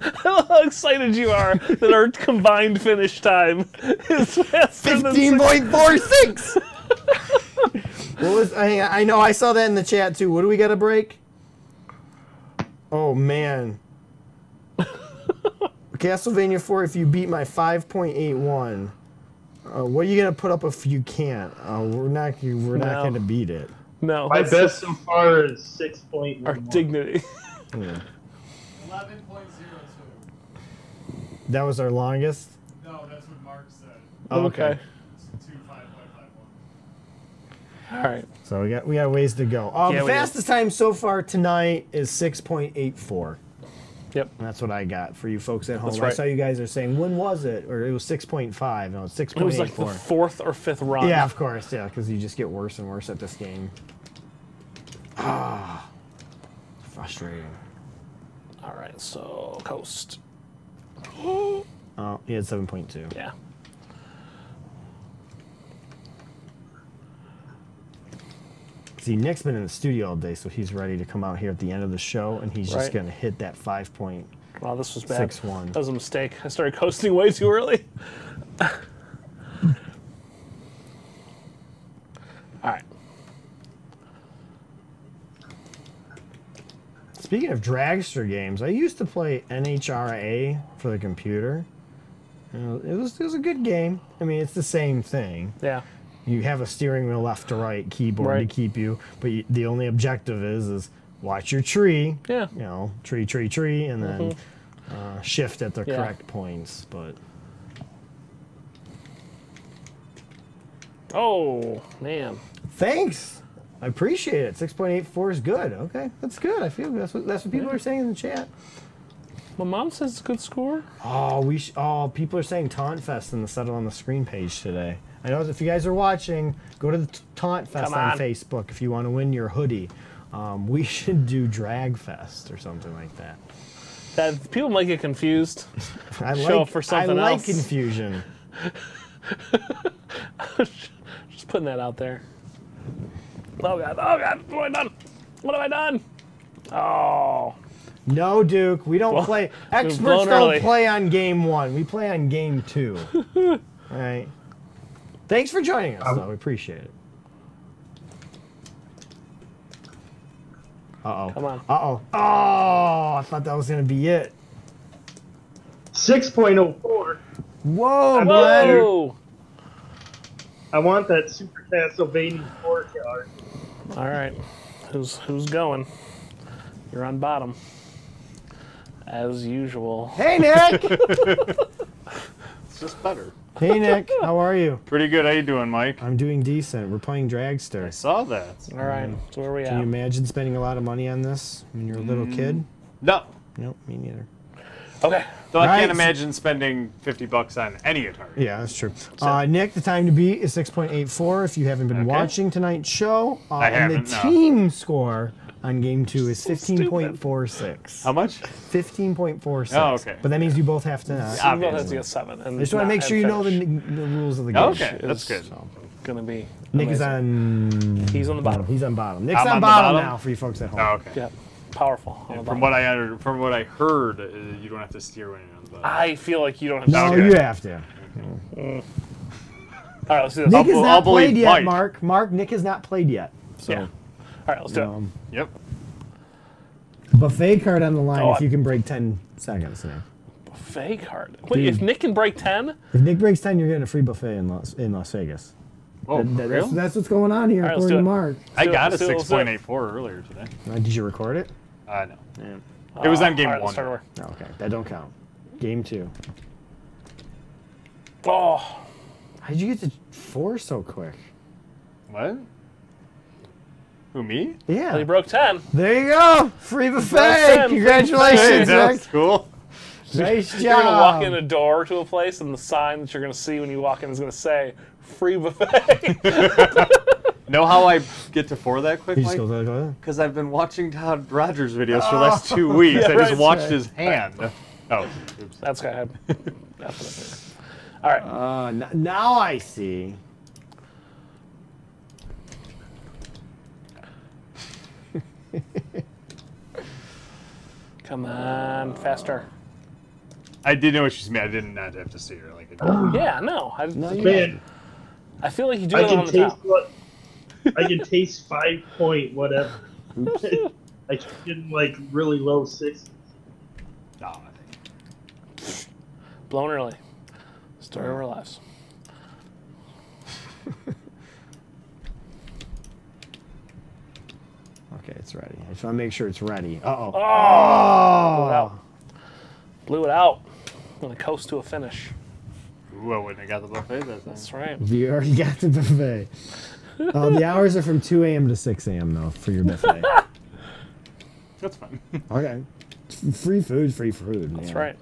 [SPEAKER 2] *laughs* How excited you are that our combined finish time *laughs* is faster than
[SPEAKER 1] Fifteen point four six. What was? I, I know I saw that in the chat too. What do we got to break? Oh man. Castlevania four. If you beat my five point eight one, uh, what are you gonna put up if you can't? Uh, we're not. you- We're
[SPEAKER 2] No.
[SPEAKER 1] not gonna beat it.
[SPEAKER 2] No,
[SPEAKER 4] My
[SPEAKER 2] that's
[SPEAKER 4] best so far is 6.1.
[SPEAKER 2] our dignity.
[SPEAKER 1] Yeah.
[SPEAKER 8] 11.02.
[SPEAKER 1] That was our longest.
[SPEAKER 8] No, that's what Mark said.
[SPEAKER 1] Oh,
[SPEAKER 8] It's 25.51.
[SPEAKER 2] All right.
[SPEAKER 1] So we got we got ways to go. Um,
[SPEAKER 2] Yeah, we do.
[SPEAKER 1] fastest time so far tonight is six point eight four.
[SPEAKER 2] Yep.
[SPEAKER 1] And that's what I got for you folks at home.
[SPEAKER 2] That's right.
[SPEAKER 1] I saw you guys are saying, when was it? Or it was 6.5. No, it's 6.84.
[SPEAKER 2] It was like the fourth or fifth run.
[SPEAKER 1] yeah, of course. Yeah, because you just get worse and worse at this game. Ah, frustrating.
[SPEAKER 2] All right, so coast.
[SPEAKER 1] Oh, he had 7.2.
[SPEAKER 2] Yeah.
[SPEAKER 1] See, Nick's been in the studio all day, so he's ready to come out here at the end of the show, and he's
[SPEAKER 2] Right.
[SPEAKER 1] just going to hit that five point.
[SPEAKER 2] Wow, this was bad.
[SPEAKER 1] 6-1.
[SPEAKER 2] That was a mistake. I started coasting way too early. *laughs* All right.
[SPEAKER 1] Speaking of dragster games, I used to play NHRA for the computer. You know, It was, it was a good game. I mean, it's the same thing.
[SPEAKER 2] Yeah.
[SPEAKER 1] You have a steering wheel left to right, keyboard
[SPEAKER 2] Right.
[SPEAKER 1] to keep you, but you, the only objective is is watch your tree.
[SPEAKER 2] Yeah. Mm-hmm.
[SPEAKER 1] You know, tree, tree, tree, and then uh, shift at the
[SPEAKER 2] Yeah.
[SPEAKER 1] correct points. But
[SPEAKER 2] Oh man.
[SPEAKER 1] thanks, I appreciate it. Six point eight four is good. Okay, that's good. I feel that's what that's what people are saying in the chat.
[SPEAKER 2] My mom says it's a good score.
[SPEAKER 1] Oh, we sh- oh people are saying Taunt Fest in the Settle on the Screen page today. I know if you guys are watching, go to the t- Taunt Fest
[SPEAKER 2] Come
[SPEAKER 1] on.
[SPEAKER 2] on.
[SPEAKER 1] Facebook if you want to win your hoodie. Um, we *laughs* should do Drag Fest or something like that.
[SPEAKER 2] That people might get confused.
[SPEAKER 1] I
[SPEAKER 2] Show
[SPEAKER 1] like
[SPEAKER 2] for something
[SPEAKER 1] I like
[SPEAKER 2] else.
[SPEAKER 1] confusion.
[SPEAKER 2] Just putting that out there. Oh god. Oh god. What have I done? What have I done? Oh.
[SPEAKER 1] No, Duke, we don't
[SPEAKER 2] Well, *laughs*
[SPEAKER 1] play.
[SPEAKER 2] we've
[SPEAKER 1] Experts
[SPEAKER 2] blown
[SPEAKER 1] don't
[SPEAKER 2] early.
[SPEAKER 1] play on game one. We play on game
[SPEAKER 2] *laughs*
[SPEAKER 1] two. All right. Thanks for joining us, though. We appreciate it. Uh oh.
[SPEAKER 2] Come on.
[SPEAKER 1] Uh oh. Oh, I thought that was gonna be it.
[SPEAKER 4] 6.04.
[SPEAKER 1] Whoa,
[SPEAKER 2] *laughs*
[SPEAKER 1] Glenn.
[SPEAKER 2] Whoa.
[SPEAKER 4] I want that Super Castlevania 4 card.
[SPEAKER 2] All right. Who's who's going? You're on bottom. As usual.
[SPEAKER 1] Hey, Nick.
[SPEAKER 9] It's just better.
[SPEAKER 1] hey, Nick. How are you?
[SPEAKER 9] Pretty good. How you doing, Mike?
[SPEAKER 1] I'm doing decent. We're playing
[SPEAKER 9] I
[SPEAKER 1] Dragster.
[SPEAKER 9] saw that.
[SPEAKER 2] All right. So where are we
[SPEAKER 1] Can you
[SPEAKER 2] at?
[SPEAKER 1] imagine spending a lot of money on this when you're a little kid?
[SPEAKER 2] Mm-hmm.
[SPEAKER 9] No,
[SPEAKER 1] Nope, me neither.
[SPEAKER 2] Okay.
[SPEAKER 9] though I can't
[SPEAKER 1] Right.
[SPEAKER 9] imagine spending 50 bucks on any Atari.
[SPEAKER 1] Yeah, that's true. Uh, Nick, the time to beat is 6.84 if you haven't been
[SPEAKER 9] Okay.
[SPEAKER 1] watching tonight's show. Uh,
[SPEAKER 9] I
[SPEAKER 1] And the
[SPEAKER 9] haven't, no.
[SPEAKER 1] team score on game two is 15.46.
[SPEAKER 9] How much?
[SPEAKER 1] 15.46.
[SPEAKER 9] Um, Oh, okay.
[SPEAKER 1] But that means you both have to. Uh, I
[SPEAKER 9] Ah,
[SPEAKER 2] I'm going to
[SPEAKER 9] Obviously.
[SPEAKER 2] get seven. And
[SPEAKER 1] just want to
[SPEAKER 2] not-
[SPEAKER 1] make sure
[SPEAKER 2] and
[SPEAKER 1] you know the,
[SPEAKER 2] finish.
[SPEAKER 1] the rules of the game.
[SPEAKER 9] Oh, Okay, that's good.
[SPEAKER 2] Gonna be.
[SPEAKER 1] Nick is
[SPEAKER 2] amazing.
[SPEAKER 1] on.
[SPEAKER 2] He's on the
[SPEAKER 1] Bottom.
[SPEAKER 2] bottom.
[SPEAKER 1] He's on bottom. Nick's
[SPEAKER 9] I'm
[SPEAKER 1] on,
[SPEAKER 9] on the
[SPEAKER 1] bottom,
[SPEAKER 9] bottom?
[SPEAKER 1] now for you folks at home.
[SPEAKER 9] Oh, okay.
[SPEAKER 2] Yeah, powerful. on the
[SPEAKER 9] From
[SPEAKER 2] bottom.
[SPEAKER 9] what I under- from what I heard, uh, you don't have to steer when you're on the bottom.
[SPEAKER 2] I feel like you don't have.
[SPEAKER 1] No,
[SPEAKER 2] to
[SPEAKER 9] Okay.
[SPEAKER 1] you have to.
[SPEAKER 2] All right, let's do this.
[SPEAKER 1] Nick
[SPEAKER 9] I'll-
[SPEAKER 1] has
[SPEAKER 9] I'll
[SPEAKER 1] not
[SPEAKER 9] believe
[SPEAKER 1] played yet,
[SPEAKER 9] Mike. Oh.
[SPEAKER 1] Mark. Mark, Nick has not played yet. So,
[SPEAKER 2] Yeah. All right, let's do it.
[SPEAKER 1] um,
[SPEAKER 9] Yep.
[SPEAKER 1] buffet card on the line
[SPEAKER 2] Oh,
[SPEAKER 1] if
[SPEAKER 2] I-
[SPEAKER 1] you can break 10 seconds now.
[SPEAKER 2] Fake card. Wait, if Nick can break ten, all
[SPEAKER 1] If Nick breaks 10, you're getting a free buffet in Las, in Las Vegas.
[SPEAKER 9] Oh,
[SPEAKER 1] That- that-
[SPEAKER 9] real?
[SPEAKER 1] that's, that's what's going on here,
[SPEAKER 2] right, let's
[SPEAKER 1] according to
[SPEAKER 2] do it.
[SPEAKER 1] Mark.
[SPEAKER 9] I
[SPEAKER 2] do it,
[SPEAKER 9] got a
[SPEAKER 2] let's do it, let's do it.
[SPEAKER 9] 6.84 earlier today.
[SPEAKER 1] Uh, did you record it?
[SPEAKER 9] I know. It was on game
[SPEAKER 2] right, let's
[SPEAKER 9] one.
[SPEAKER 2] start over.
[SPEAKER 1] No, okay. That don't count. Game two.
[SPEAKER 2] Oh,
[SPEAKER 1] How did you get to four so quick?
[SPEAKER 9] What? Who me?
[SPEAKER 2] he
[SPEAKER 1] Yeah.
[SPEAKER 2] broke ten.
[SPEAKER 1] There you go. Free buffet.
[SPEAKER 2] 10,
[SPEAKER 9] *laughs*
[SPEAKER 2] free
[SPEAKER 9] Hey,
[SPEAKER 1] Congratulations,
[SPEAKER 9] that was
[SPEAKER 1] Nick.
[SPEAKER 9] cool.
[SPEAKER 1] Nice job.
[SPEAKER 2] *laughs* You're gonna walk in a door to a place, and the sign that you're gonna see when you walk in is gonna say "free buffet." *laughs*
[SPEAKER 9] Know how I get to four that quick,
[SPEAKER 1] He just
[SPEAKER 9] Mike?
[SPEAKER 1] goes, like, uh,
[SPEAKER 9] Because I've been watching Todd Rogers videos for the last two weeks. I just
[SPEAKER 2] right,
[SPEAKER 9] watched
[SPEAKER 1] right.
[SPEAKER 9] his hand. Oh, oops.
[SPEAKER 2] That's gonna happen. That's what I- All
[SPEAKER 1] uh,
[SPEAKER 2] right.
[SPEAKER 1] n- now I see.
[SPEAKER 2] Come on, faster.
[SPEAKER 9] I did know what she's meant. I did not have to see her. Like, it-
[SPEAKER 2] Yeah, no. I,
[SPEAKER 1] No, you
[SPEAKER 4] Man,
[SPEAKER 2] I feel like you do
[SPEAKER 4] I
[SPEAKER 2] it on
[SPEAKER 4] can
[SPEAKER 2] the
[SPEAKER 4] taste
[SPEAKER 2] top.
[SPEAKER 4] what. I can taste five point whatever. *laughs* I keep getting like really low sixes.
[SPEAKER 9] Oh,
[SPEAKER 2] Blown early. Story of our lives.
[SPEAKER 1] Okay, it's ready. I just want to make sure it's ready. Uh oh.
[SPEAKER 2] Blew
[SPEAKER 1] Ah.
[SPEAKER 2] it out. Blew it out. On a coast to a finish.
[SPEAKER 9] Ooh, I wouldn't have got the buffet that time.
[SPEAKER 2] That's right.
[SPEAKER 1] You already *laughs* got the buffet. Uh, the hours are
[SPEAKER 2] *laughs*
[SPEAKER 1] from 2 a.m. to 6 a.m., though, for your buffet.
[SPEAKER 9] That's fine.
[SPEAKER 1] okay. Free food, free food. That's
[SPEAKER 2] That's right.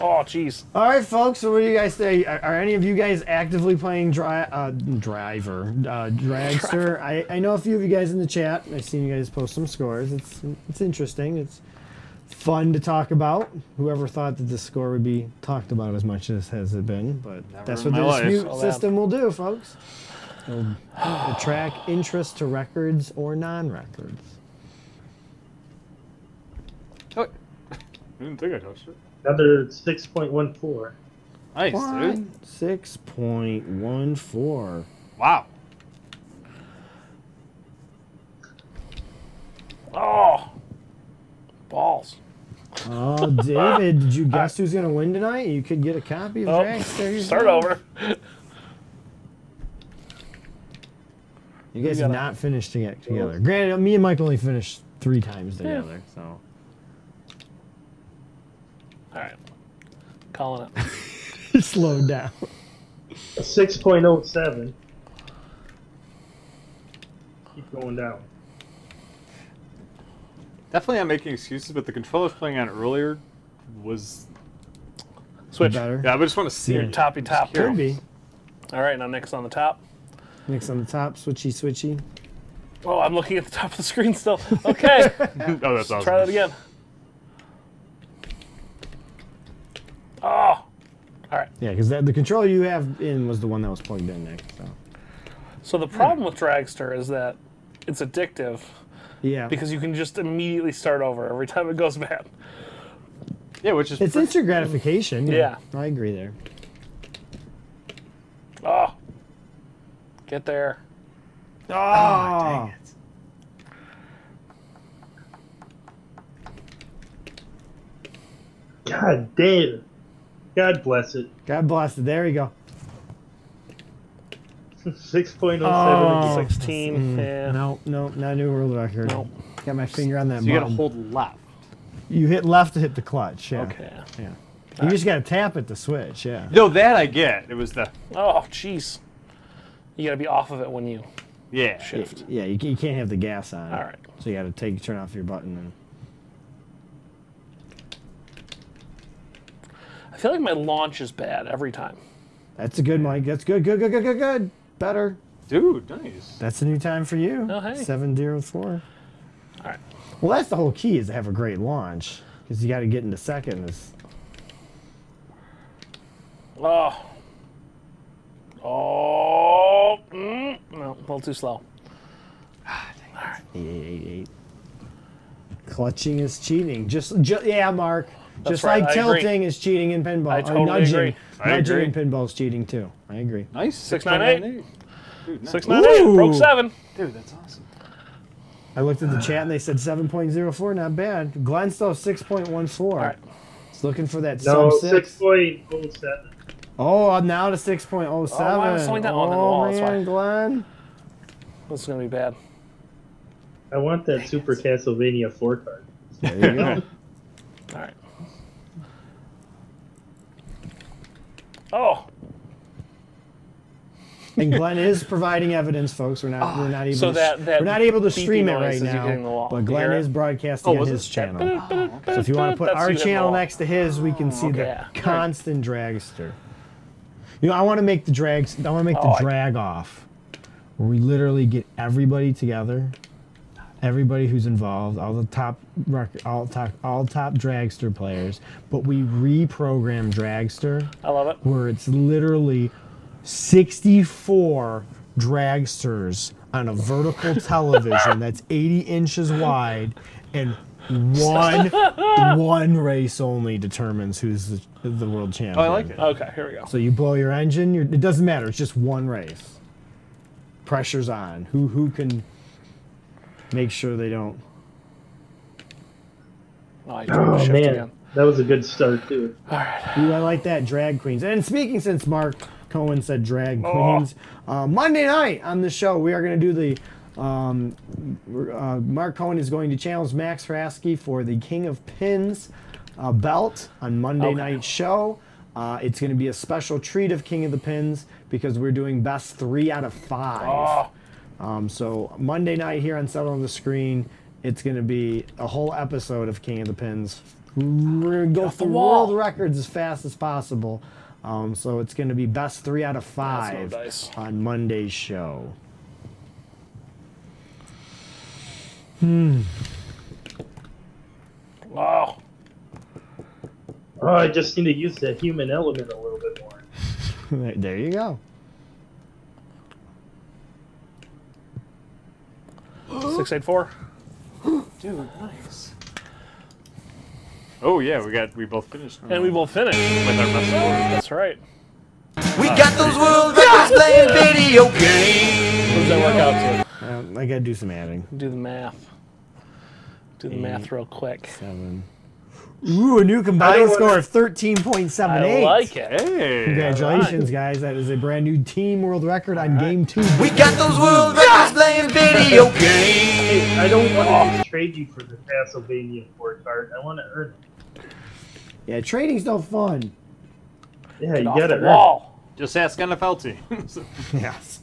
[SPEAKER 2] Oh, jeez.
[SPEAKER 1] All right, folks. So, what do you guys say? Are, are any of you guys actively playing dri- uh, driver, uh, dragster? I, I know a few of you guys in the chat. I've seen you guys post some scores. It's it's interesting. It's fun to talk about. Whoever thought that the score would be talked about as much as has it been, but that's
[SPEAKER 9] in
[SPEAKER 1] what
[SPEAKER 9] my
[SPEAKER 1] this
[SPEAKER 9] life.
[SPEAKER 1] new
[SPEAKER 2] All that.
[SPEAKER 1] system will do, folks.
[SPEAKER 9] *sighs*
[SPEAKER 1] It'll attract interest to records or non-records.
[SPEAKER 9] *laughs* I didn't think I touched it.
[SPEAKER 4] Another 6.14.
[SPEAKER 9] Nice, dude.
[SPEAKER 1] One six point one four.
[SPEAKER 9] Wow.
[SPEAKER 2] Oh, balls. *laughs*
[SPEAKER 1] Oh, David, did you guess who's going to win tonight? You could get a copy of
[SPEAKER 2] Oh,
[SPEAKER 1] Drax. There you
[SPEAKER 2] start
[SPEAKER 1] go.
[SPEAKER 2] over.
[SPEAKER 1] You guys
[SPEAKER 2] We
[SPEAKER 1] have
[SPEAKER 2] gotta-
[SPEAKER 1] not finished yet together. Granted, me and Mike only finished three times together,
[SPEAKER 2] *laughs*
[SPEAKER 1] so.
[SPEAKER 2] All right, calling it.
[SPEAKER 1] Slowed down.
[SPEAKER 4] 6.07. Keep going down.
[SPEAKER 9] Definitely not making excuses, but the controller playing on it earlier was.
[SPEAKER 1] *laughs*
[SPEAKER 2] Switch.
[SPEAKER 1] Better.
[SPEAKER 9] Yeah, I just want to see
[SPEAKER 2] Your
[SPEAKER 9] it. *laughs*
[SPEAKER 2] toppy top.
[SPEAKER 1] Could be.
[SPEAKER 2] All right, now next on the top.
[SPEAKER 1] Next on the top, switchy, switchy.
[SPEAKER 2] Oh, I'm looking at the top of the screen still. Okay,
[SPEAKER 1] *laughs*
[SPEAKER 9] Oh, that's awesome.
[SPEAKER 2] try that again. Oh,
[SPEAKER 1] Yeah, because the controller you have in was the one that was plugged in next. So.
[SPEAKER 2] so the
[SPEAKER 1] Hmm.
[SPEAKER 2] problem with Dragster is that it's addictive
[SPEAKER 1] Yeah.
[SPEAKER 2] because you can just immediately start over every time it goes bad.
[SPEAKER 9] Yeah, which is.
[SPEAKER 1] it's instant gratification.
[SPEAKER 2] Yeah.
[SPEAKER 1] I agree there.
[SPEAKER 2] Oh, get there. Ah!
[SPEAKER 1] Oh,
[SPEAKER 4] God damn. God bless it. *laughs*
[SPEAKER 1] God bless it. There you go.
[SPEAKER 4] 6.07.
[SPEAKER 1] Oh.
[SPEAKER 4] again.
[SPEAKER 2] 16. yeah.
[SPEAKER 1] No, no, not a new world record.
[SPEAKER 2] Nope.
[SPEAKER 1] Got my finger on that
[SPEAKER 9] you gotta
[SPEAKER 1] button.
[SPEAKER 9] hold left.
[SPEAKER 1] you hit left to hit the clutch. Yeah.
[SPEAKER 2] Okay.
[SPEAKER 1] Yeah. You just got to tap at the switch. Yeah.
[SPEAKER 9] No, that I get. It was the.
[SPEAKER 2] Oh, jeez. You gotta be off of it when you
[SPEAKER 9] Yeah.
[SPEAKER 2] shift.
[SPEAKER 1] Yeah, you, ca- you can't have the gas on.
[SPEAKER 2] All right.
[SPEAKER 1] So you got to take turn off your button and
[SPEAKER 2] I feel like my launch is bad every time.
[SPEAKER 1] that's a good Mike. That's good. Good. Good. Good. Good. Good. Better.
[SPEAKER 9] Dude, nice.
[SPEAKER 1] That's a new time for you.
[SPEAKER 2] Oh, hey.
[SPEAKER 1] Seven zero four.
[SPEAKER 2] All right.
[SPEAKER 1] Well, that's the whole key is to have a great launch because you got to get into second. Is
[SPEAKER 2] Oh. Oh. Mm. No, a little too slow.
[SPEAKER 1] eight eight eight eight. Clutching is cheating. Just, ju- yeah, Mark.
[SPEAKER 2] That's
[SPEAKER 1] Just
[SPEAKER 2] right,
[SPEAKER 1] like
[SPEAKER 2] I agree.
[SPEAKER 1] tilting is cheating in pinball.
[SPEAKER 2] I
[SPEAKER 1] or
[SPEAKER 2] totally
[SPEAKER 1] nudging.
[SPEAKER 2] agree.
[SPEAKER 9] I
[SPEAKER 1] nudging
[SPEAKER 9] agree.
[SPEAKER 1] in pinball is cheating too. I agree.
[SPEAKER 9] Nice.
[SPEAKER 2] 698.
[SPEAKER 9] 698. Dude, nice.
[SPEAKER 2] Six nine eight.
[SPEAKER 1] Ooh.
[SPEAKER 2] Broke seven.
[SPEAKER 9] Dude, that's awesome.
[SPEAKER 1] I looked at the chat and they
[SPEAKER 2] *sighs*
[SPEAKER 1] said 7.04, not bad. Glenn still 6.14.
[SPEAKER 2] right.
[SPEAKER 1] It's looking for that
[SPEAKER 4] No,
[SPEAKER 1] sub six.
[SPEAKER 4] 6.07.
[SPEAKER 1] Oh, I'm now to 6.07.
[SPEAKER 2] Oh, wow, it's only down on the
[SPEAKER 1] Oh,
[SPEAKER 2] wall, that's why.
[SPEAKER 1] man, Glenn.
[SPEAKER 2] This is gonna be bad.
[SPEAKER 4] I want that Super Castlevania 4 card.
[SPEAKER 1] There you go.
[SPEAKER 2] All right. Oh.
[SPEAKER 1] and Glenn is providing evidence, folks. We're not, we're not able.
[SPEAKER 2] Ah, So
[SPEAKER 1] to,
[SPEAKER 2] that- that
[SPEAKER 1] we're not able to
[SPEAKER 2] beepy
[SPEAKER 1] stream it
[SPEAKER 2] noise
[SPEAKER 1] right
[SPEAKER 2] is you hitting the
[SPEAKER 1] now.
[SPEAKER 2] wall.
[SPEAKER 1] But
[SPEAKER 2] You
[SPEAKER 1] Glenn
[SPEAKER 2] hear it?
[SPEAKER 1] is
[SPEAKER 2] Oh,
[SPEAKER 1] broadcasting on
[SPEAKER 9] was it?
[SPEAKER 1] his channel. So if you want to put
[SPEAKER 2] That's you
[SPEAKER 1] our
[SPEAKER 2] hitting the
[SPEAKER 1] channel
[SPEAKER 2] wall.
[SPEAKER 1] next to his, we can see
[SPEAKER 2] okay.
[SPEAKER 1] the constant dragster. You know, I want to make the drags. I want to make
[SPEAKER 2] Oh,
[SPEAKER 1] the
[SPEAKER 2] I-
[SPEAKER 1] drag off, where we literally get everybody together, everybody who's involved, all the top record, all top, all top dragster players. But we reprogram dragster
[SPEAKER 2] I love it.
[SPEAKER 1] where it's literally 64 dragsters on a
[SPEAKER 9] *laughs*
[SPEAKER 1] vertical television that's 80 inches wide and one one race only determines who's the, the world champion.
[SPEAKER 9] Oh, I like it.
[SPEAKER 2] Okay, here we go.
[SPEAKER 1] So you blow your engine, you're, it doesn't matter, it's just one race. Pressure's on. Who who can make sure they don't
[SPEAKER 2] Oh, I
[SPEAKER 4] Oh,
[SPEAKER 2] shift
[SPEAKER 4] man.
[SPEAKER 2] again.
[SPEAKER 4] That was a good start, too.
[SPEAKER 1] Ooh, I like that drag queens. And speaking since Mark Cohen said drag queens, uh, Monday night on the show we are going to do the. Um, uh, Mark Cohen is going to challenge Max Rasky for the King of Pins uh, belt on Monday
[SPEAKER 2] Okay.
[SPEAKER 1] night show. Uh, it's going to be a special treat of King of the Pins because we're doing best three out of five.
[SPEAKER 2] Oh,
[SPEAKER 1] Um, so Monday night here on Settle on the Screen, it's going to be a whole episode of King of the Pins. We're going to go for world records as fast as possible. Um, so it's going to be best three out of five
[SPEAKER 2] dice.
[SPEAKER 1] on Monday's show. *laughs*
[SPEAKER 2] Wow.
[SPEAKER 4] Oh, I just need to use the human element a little bit more.
[SPEAKER 1] there there you go.
[SPEAKER 2] Six eight four.
[SPEAKER 9] Dude, nice. Oh yeah, we got we both finished.
[SPEAKER 2] And we both finished with our best score. That's right.
[SPEAKER 5] We got those world records playing video games.
[SPEAKER 2] What does that work out
[SPEAKER 1] Um, I got to do some adding.
[SPEAKER 2] to? Do the math. Do the math real quick.
[SPEAKER 1] Seven. Ooh, a new combined
[SPEAKER 4] wanna-
[SPEAKER 1] score of 13.78.
[SPEAKER 2] I like it.
[SPEAKER 9] Hey.
[SPEAKER 1] Congratulations, guys. That is a brand new team world record on game two.
[SPEAKER 5] We got those world records playing video games.
[SPEAKER 4] Hey, I don't want to just trade you for the Castlevania four card. I want to earn it.
[SPEAKER 1] Yeah, trading's no fun.
[SPEAKER 4] Yeah, you
[SPEAKER 2] Off
[SPEAKER 4] gotta
[SPEAKER 2] the
[SPEAKER 4] earn it.
[SPEAKER 2] wall.
[SPEAKER 9] Just ask NFL *laughs* team.
[SPEAKER 1] Yes.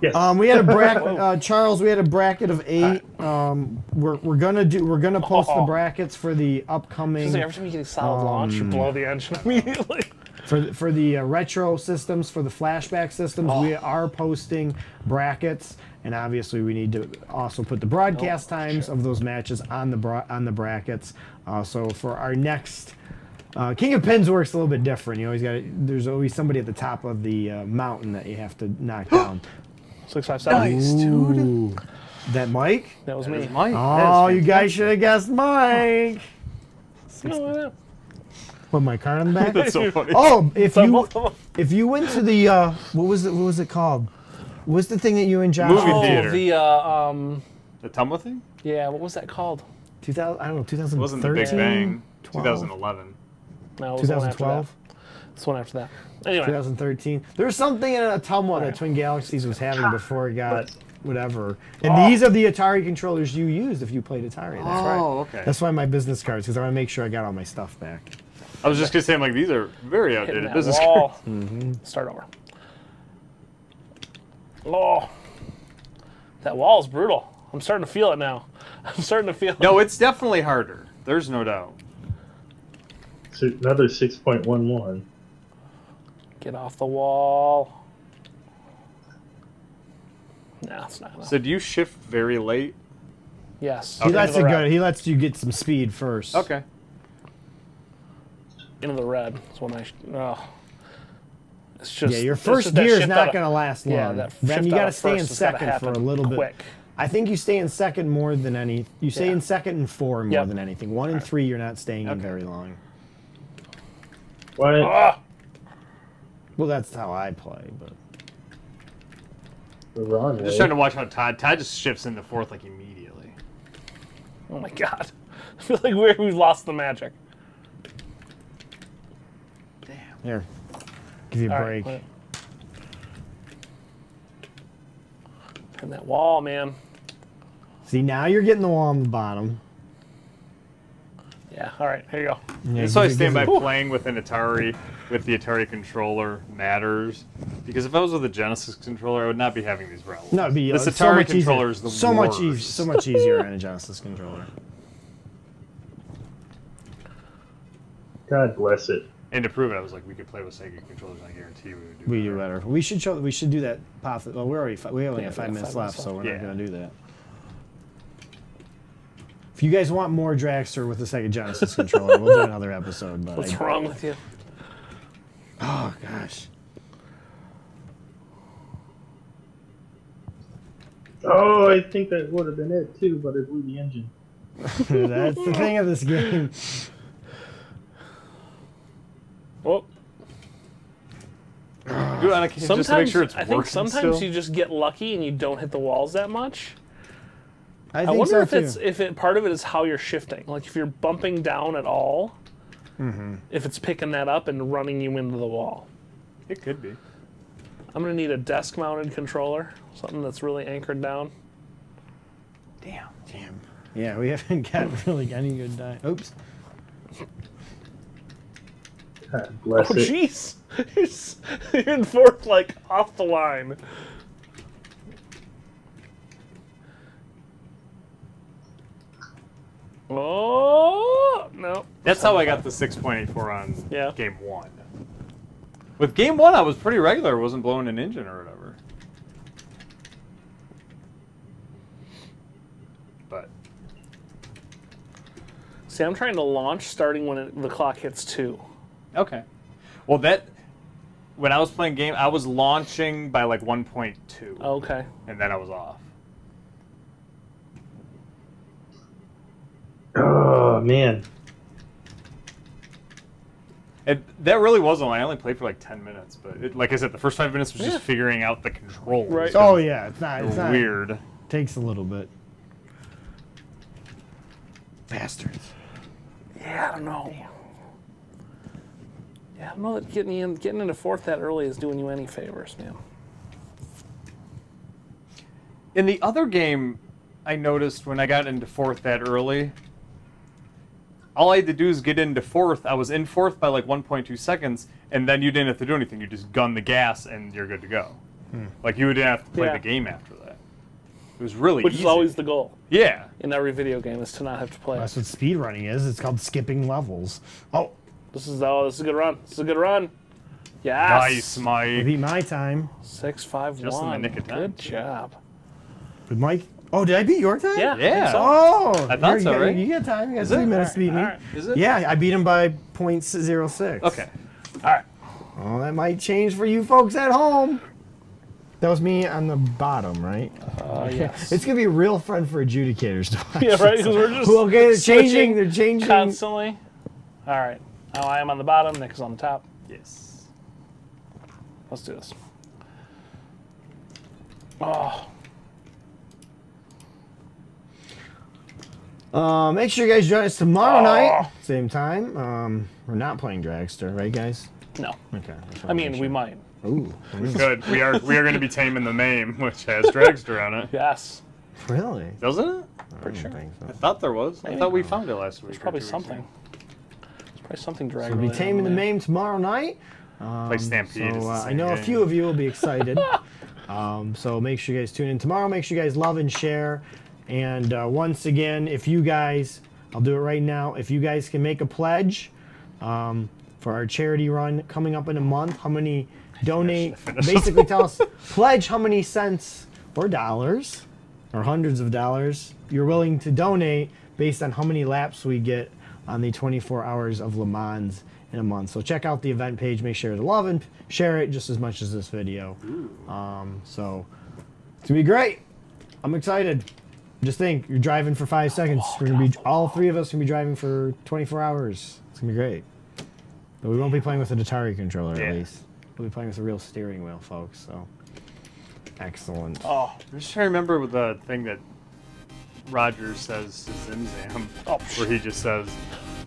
[SPEAKER 4] Yes.
[SPEAKER 1] Um, we had a
[SPEAKER 2] *laughs*
[SPEAKER 1] bracket, uh, Charles. We had a bracket of eight. Um, we're, we're gonna do. We're gonna post the
[SPEAKER 2] Oh.
[SPEAKER 1] brackets for the
[SPEAKER 2] It's
[SPEAKER 1] upcoming
[SPEAKER 2] like every time you get a solid
[SPEAKER 5] Um,
[SPEAKER 2] launch, you blow the engine *laughs* immediately.
[SPEAKER 1] for the, for the uh, retro systems for the flashback systems.
[SPEAKER 2] Oh.
[SPEAKER 1] We are posting brackets, and obviously we need to also put the broadcast
[SPEAKER 2] Oh,
[SPEAKER 1] times of those matches on the bra- on the brackets. Uh, so for our next. Uh, King of Pins works a little bit different. You always got there's always somebody at the top of the uh, mountain that you have to
[SPEAKER 2] *gasps*
[SPEAKER 1] knock down.
[SPEAKER 2] Six five seven.
[SPEAKER 1] Ooh. That Mike?
[SPEAKER 2] That was me.
[SPEAKER 9] Mike,
[SPEAKER 1] Oh, you guys should have guessed Mike.
[SPEAKER 2] No, I know.
[SPEAKER 1] Put my card on the back.
[SPEAKER 9] *laughs* that's so funny.
[SPEAKER 1] *laughs* oh, if
[SPEAKER 2] So
[SPEAKER 1] you
[SPEAKER 2] both of them.
[SPEAKER 1] if you went to the uh, what was it? What was it called? What's the thing that you and Josh?
[SPEAKER 9] Movie
[SPEAKER 1] went to?
[SPEAKER 9] theater.
[SPEAKER 2] Oh, the uh, um,
[SPEAKER 9] The Tumble thing?
[SPEAKER 2] yeah, what was that called?
[SPEAKER 1] 2000. I don't know.
[SPEAKER 9] It
[SPEAKER 1] 2013.
[SPEAKER 9] wasn't the Big Bang. 2011.
[SPEAKER 2] No, it was the one after that.
[SPEAKER 1] 2012.
[SPEAKER 2] It's the one after that. Anyway,
[SPEAKER 1] 2013. There was something in Atumwa that Twin Galaxies was having before it got whatever. And
[SPEAKER 2] Oh.
[SPEAKER 1] these are the Atari controllers you used if you played Atari. That's right.
[SPEAKER 9] Oh, okay.
[SPEAKER 1] That's why my business cards, because I want to make sure I got all my stuff back.
[SPEAKER 9] I was just gonna say, I'm like, these are very
[SPEAKER 2] hitting
[SPEAKER 9] outdated
[SPEAKER 2] that
[SPEAKER 9] business cards. *laughs*
[SPEAKER 2] wall.
[SPEAKER 1] *laughs* Mm-hmm.
[SPEAKER 2] Start over. Oh, that wall's brutal. I'm starting to feel it now. *laughs* I'm starting to feel.
[SPEAKER 9] No, it's definitely harder. There's no doubt.
[SPEAKER 4] So another six point one one.
[SPEAKER 2] Get off the wall. Nah, it's not gonna.
[SPEAKER 9] So do you shift very late?
[SPEAKER 2] yes.
[SPEAKER 1] He
[SPEAKER 9] Okay.
[SPEAKER 1] lets it
[SPEAKER 2] Into the
[SPEAKER 1] go.
[SPEAKER 2] red.
[SPEAKER 1] He lets you get some speed first.
[SPEAKER 9] Okay.
[SPEAKER 2] Into the red. That's when I. Sh- oh. It's just.
[SPEAKER 1] Yeah, your
[SPEAKER 2] it's
[SPEAKER 1] first
[SPEAKER 2] just that
[SPEAKER 1] gear is
[SPEAKER 2] shift
[SPEAKER 1] not
[SPEAKER 2] out
[SPEAKER 1] going to
[SPEAKER 2] of-
[SPEAKER 1] last long.
[SPEAKER 2] Yeah, that
[SPEAKER 1] Then
[SPEAKER 2] shift
[SPEAKER 1] you
[SPEAKER 2] out
[SPEAKER 1] got to
[SPEAKER 2] of
[SPEAKER 1] stay in
[SPEAKER 2] first has gotta
[SPEAKER 1] second for a
[SPEAKER 2] happen
[SPEAKER 1] little bit.
[SPEAKER 2] Quick.
[SPEAKER 1] I think you stay in second more than any. You stay
[SPEAKER 2] Yeah.
[SPEAKER 1] in second and four more
[SPEAKER 2] Yep.
[SPEAKER 1] than anything. One and three, you're not staying in
[SPEAKER 9] Okay.
[SPEAKER 1] very long.
[SPEAKER 4] What?
[SPEAKER 2] Ah,
[SPEAKER 1] Well, that's how I play, but
[SPEAKER 4] The eh? wrong
[SPEAKER 9] I'm just
[SPEAKER 4] way.
[SPEAKER 9] trying to watch how Todd. Todd just shifts into fourth like immediately.
[SPEAKER 2] oh my god. *laughs* I feel like we're, we've lost the magic.
[SPEAKER 1] here, give you a
[SPEAKER 2] All right,
[SPEAKER 1] break.
[SPEAKER 2] wait. Hit that wall, man.
[SPEAKER 1] See, now you're getting the wall on the bottom.
[SPEAKER 2] Yeah. All right. Here you go.
[SPEAKER 1] Yeah,
[SPEAKER 9] That's why I
[SPEAKER 1] give it-
[SPEAKER 9] stand by
[SPEAKER 1] give it-
[SPEAKER 9] playing with an Atari, with the Atari controller matters, because if I was with a Genesis controller, I would not be having these problems.
[SPEAKER 1] No, it'd be
[SPEAKER 9] this
[SPEAKER 1] uh,
[SPEAKER 9] Atari
[SPEAKER 1] so much
[SPEAKER 9] controller
[SPEAKER 1] easier.
[SPEAKER 9] is the
[SPEAKER 1] so
[SPEAKER 9] worst.
[SPEAKER 1] much easier. So much easier on a Genesis controller.
[SPEAKER 4] God bless it.
[SPEAKER 9] And to prove it, I was like, we could play with Sega controllers. and I guarantee we would do.
[SPEAKER 1] We uh, do better. We should show. We should do that. Pop. Well, we're already. Fi- we only
[SPEAKER 2] Yeah,
[SPEAKER 1] have
[SPEAKER 2] we
[SPEAKER 1] five
[SPEAKER 2] got
[SPEAKER 1] minutes
[SPEAKER 2] five
[SPEAKER 1] left,
[SPEAKER 2] minutes
[SPEAKER 1] so we're
[SPEAKER 9] left.
[SPEAKER 1] not
[SPEAKER 9] Yeah.
[SPEAKER 1] gonna do that. If you guys want more Dragster with the Sega Genesis controller, we'll do another episode. But
[SPEAKER 2] What's
[SPEAKER 1] I-
[SPEAKER 2] wrong with you?
[SPEAKER 1] oh gosh,
[SPEAKER 4] Oh, I think that would have been it too, but I blew the engine.
[SPEAKER 1] that's the thing of this game.
[SPEAKER 2] Well,
[SPEAKER 9] Do it on occasion
[SPEAKER 2] sometimes
[SPEAKER 9] just to make sure it's
[SPEAKER 2] I
[SPEAKER 9] working
[SPEAKER 2] think sometimes
[SPEAKER 9] still.
[SPEAKER 2] you just get lucky and you don't hit the walls that much.
[SPEAKER 1] I,
[SPEAKER 2] I,
[SPEAKER 1] think
[SPEAKER 2] wonder
[SPEAKER 1] so
[SPEAKER 2] if
[SPEAKER 1] too.
[SPEAKER 2] it's if it part of it is how you're shifting. Like if you're bumping down at all, if it's picking that up and running you into the wall.
[SPEAKER 9] It could be.
[SPEAKER 2] I'm gonna need a desk-mounted controller, something that's really anchored down.
[SPEAKER 1] Damn. Yeah, we haven't *laughs* got really any good di Oops.
[SPEAKER 4] God bless
[SPEAKER 2] Oh,
[SPEAKER 4] it.
[SPEAKER 2] jeez. *laughs* You're s- You're in fourth, like, off the line. Oh no!
[SPEAKER 9] That's how I got the 6.84 on
[SPEAKER 2] Yeah.
[SPEAKER 9] game one. With game one, I was pretty regular. wasn't blowing an engine or whatever. But
[SPEAKER 2] See, I'm trying to launch starting when it, the clock hits two.
[SPEAKER 9] okay, well that when I was playing game, I was launching by like 1.2,
[SPEAKER 2] Okay.
[SPEAKER 9] and then I was off.
[SPEAKER 4] Oh man.
[SPEAKER 9] And that really wasn't. I only played for like 10 minutes, but it, like I said, the first five minutes was
[SPEAKER 2] Yeah.
[SPEAKER 9] just figuring out the controls.
[SPEAKER 2] Right.
[SPEAKER 1] Oh yeah, it's not. It's
[SPEAKER 9] They're
[SPEAKER 1] not.
[SPEAKER 9] weird.
[SPEAKER 1] Takes a little bit. Bastards.
[SPEAKER 2] Yeah, I don't know. Yeah, I don't know that getting in, getting into fourth that early is doing you any favors, man.
[SPEAKER 9] In the other game, I noticed when I got into fourth that early, all I had to do is get into fourth. I was in fourth by like 1.2 seconds, and then you didn't have to do anything. You just gun the gas, and you're good to go.
[SPEAKER 1] Hmm.
[SPEAKER 9] Like you didn't have to play
[SPEAKER 2] Yeah.
[SPEAKER 9] the game after that. It was really
[SPEAKER 2] Which
[SPEAKER 9] easy.
[SPEAKER 2] is always the goal
[SPEAKER 9] yeah.
[SPEAKER 2] in every video game is to not have to play.
[SPEAKER 1] That's what speedrunning is. It's called skipping levels. Oh,
[SPEAKER 2] This is oh, this is a good run. This is a good run. Yes.
[SPEAKER 9] Nice, Mike.
[SPEAKER 1] beat my time.
[SPEAKER 2] Six five
[SPEAKER 9] Just in the
[SPEAKER 2] one.
[SPEAKER 9] nick of time.
[SPEAKER 2] Good job.
[SPEAKER 1] Did Mike? Oh, did I beat your time?
[SPEAKER 2] Yeah. I think
[SPEAKER 9] Yeah.
[SPEAKER 2] so.
[SPEAKER 1] Oh,
[SPEAKER 9] I thought
[SPEAKER 1] you
[SPEAKER 9] so,
[SPEAKER 1] got,
[SPEAKER 9] right?
[SPEAKER 1] You got time. You got
[SPEAKER 9] Is
[SPEAKER 1] three
[SPEAKER 9] it?
[SPEAKER 1] minutes to beat me.
[SPEAKER 9] All right. Is it?
[SPEAKER 1] Yeah, I beat him by .06.
[SPEAKER 9] Okay.
[SPEAKER 1] Well, that might change for you folks at home. That was me on the bottom, right?
[SPEAKER 2] Uh,
[SPEAKER 1] *laughs*
[SPEAKER 2] yes.
[SPEAKER 1] It's gonna be a real fun for adjudicators to watch.
[SPEAKER 2] yeah,
[SPEAKER 1] *laughs*
[SPEAKER 2] right. Because we're just
[SPEAKER 1] Well, okay, they're
[SPEAKER 2] switching
[SPEAKER 1] changing. They're changing.
[SPEAKER 2] constantly. All right. Now I am on the bottom. Nick is on the top.
[SPEAKER 9] Yes.
[SPEAKER 2] Let's do this. Oh,
[SPEAKER 1] Uh, make sure you guys join us tomorrow night, same time. Um, we're not playing Dragster, right, guys?
[SPEAKER 2] no.
[SPEAKER 1] Okay. just wanna
[SPEAKER 2] I mean,
[SPEAKER 1] make
[SPEAKER 2] we might.
[SPEAKER 1] sure. Ooh,
[SPEAKER 9] Good. We are we are going to be taming the name, which has dragster on it.
[SPEAKER 2] Yes.
[SPEAKER 1] really?
[SPEAKER 9] Doesn't it?
[SPEAKER 2] Pretty sure.
[SPEAKER 1] Thanks.
[SPEAKER 9] I thought there was. I
[SPEAKER 2] Maybe.
[SPEAKER 9] thought we found it last week. or
[SPEAKER 2] Probably
[SPEAKER 9] two weeks ago.
[SPEAKER 2] something. It's probably something drag.
[SPEAKER 1] We'll be
[SPEAKER 2] related Oh, on
[SPEAKER 1] taming the
[SPEAKER 2] there.
[SPEAKER 1] name tomorrow night.
[SPEAKER 9] Play Stampede.
[SPEAKER 1] Um, So uh, I know a few of you will be excited. *laughs* um, so make sure you guys tune in tomorrow. Make sure you guys love and share. And uh, once again, if you guys, I'll do it right now. If you guys can make a pledge um, for our charity run coming up in a month, how many donate? basically, tell us pledge how many cents or dollars or hundreds of dollars you're willing to donate based on how many laps we get on the 24 hours of Le Mans in a month. So check out the event page. Make sure to love and share it just as much as this video. Um, so it's gonna be great. I'm excited. Just think, you're driving for five seconds. We're gonna be all three of us gonna be driving for 24 hours. It's gonna be great. But we won't be playing with an Atari controller
[SPEAKER 9] Yeah.
[SPEAKER 1] at least. We'll be playing with a real steering wheel, folks. So excellent.
[SPEAKER 2] Oh,
[SPEAKER 9] I'm just trying to remember the thing that Rogers says to Zimzam,
[SPEAKER 2] Oh,
[SPEAKER 9] where he just says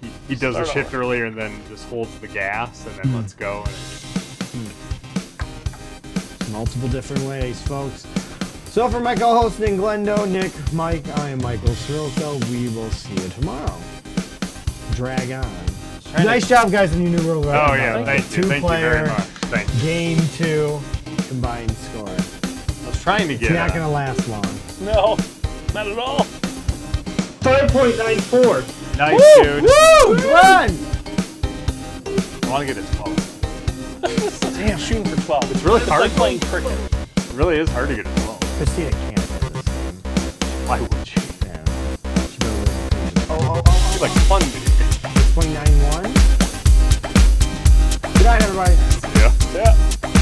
[SPEAKER 9] he, he does
[SPEAKER 2] Start
[SPEAKER 9] a shift earlier and then just holds the gas and then
[SPEAKER 1] Hmm.
[SPEAKER 9] lets go. And it-
[SPEAKER 1] multiple different ways, folks. So for my co-host Nick Glendo, Nick, Mike, I am Michael Cirilco. We will see you tomorrow. Drag on. Nice job, guys, in your new world.
[SPEAKER 9] oh yeah, thank, you,
[SPEAKER 1] Two
[SPEAKER 9] thank you
[SPEAKER 1] player
[SPEAKER 9] very much. Thank you.
[SPEAKER 1] game two combined score. It's
[SPEAKER 9] I was trying to get.
[SPEAKER 1] not
[SPEAKER 9] a-
[SPEAKER 1] gonna last long.
[SPEAKER 2] no. Not at all.
[SPEAKER 4] 5.94.
[SPEAKER 9] Nice dude.
[SPEAKER 1] Woo! Run!
[SPEAKER 9] I want to get a 12.
[SPEAKER 2] Damn. Shooting for 12. It's
[SPEAKER 9] really hard.
[SPEAKER 2] like playing cricket.
[SPEAKER 9] It really is hard to get a 12.
[SPEAKER 1] Christina can't. hit this game.
[SPEAKER 9] Why would you?
[SPEAKER 1] Yeah. She better lose.
[SPEAKER 9] Oh, oh, oh, It's like fun video.
[SPEAKER 1] 29-1. Good night, everybody.
[SPEAKER 9] Yeah.
[SPEAKER 2] Yeah.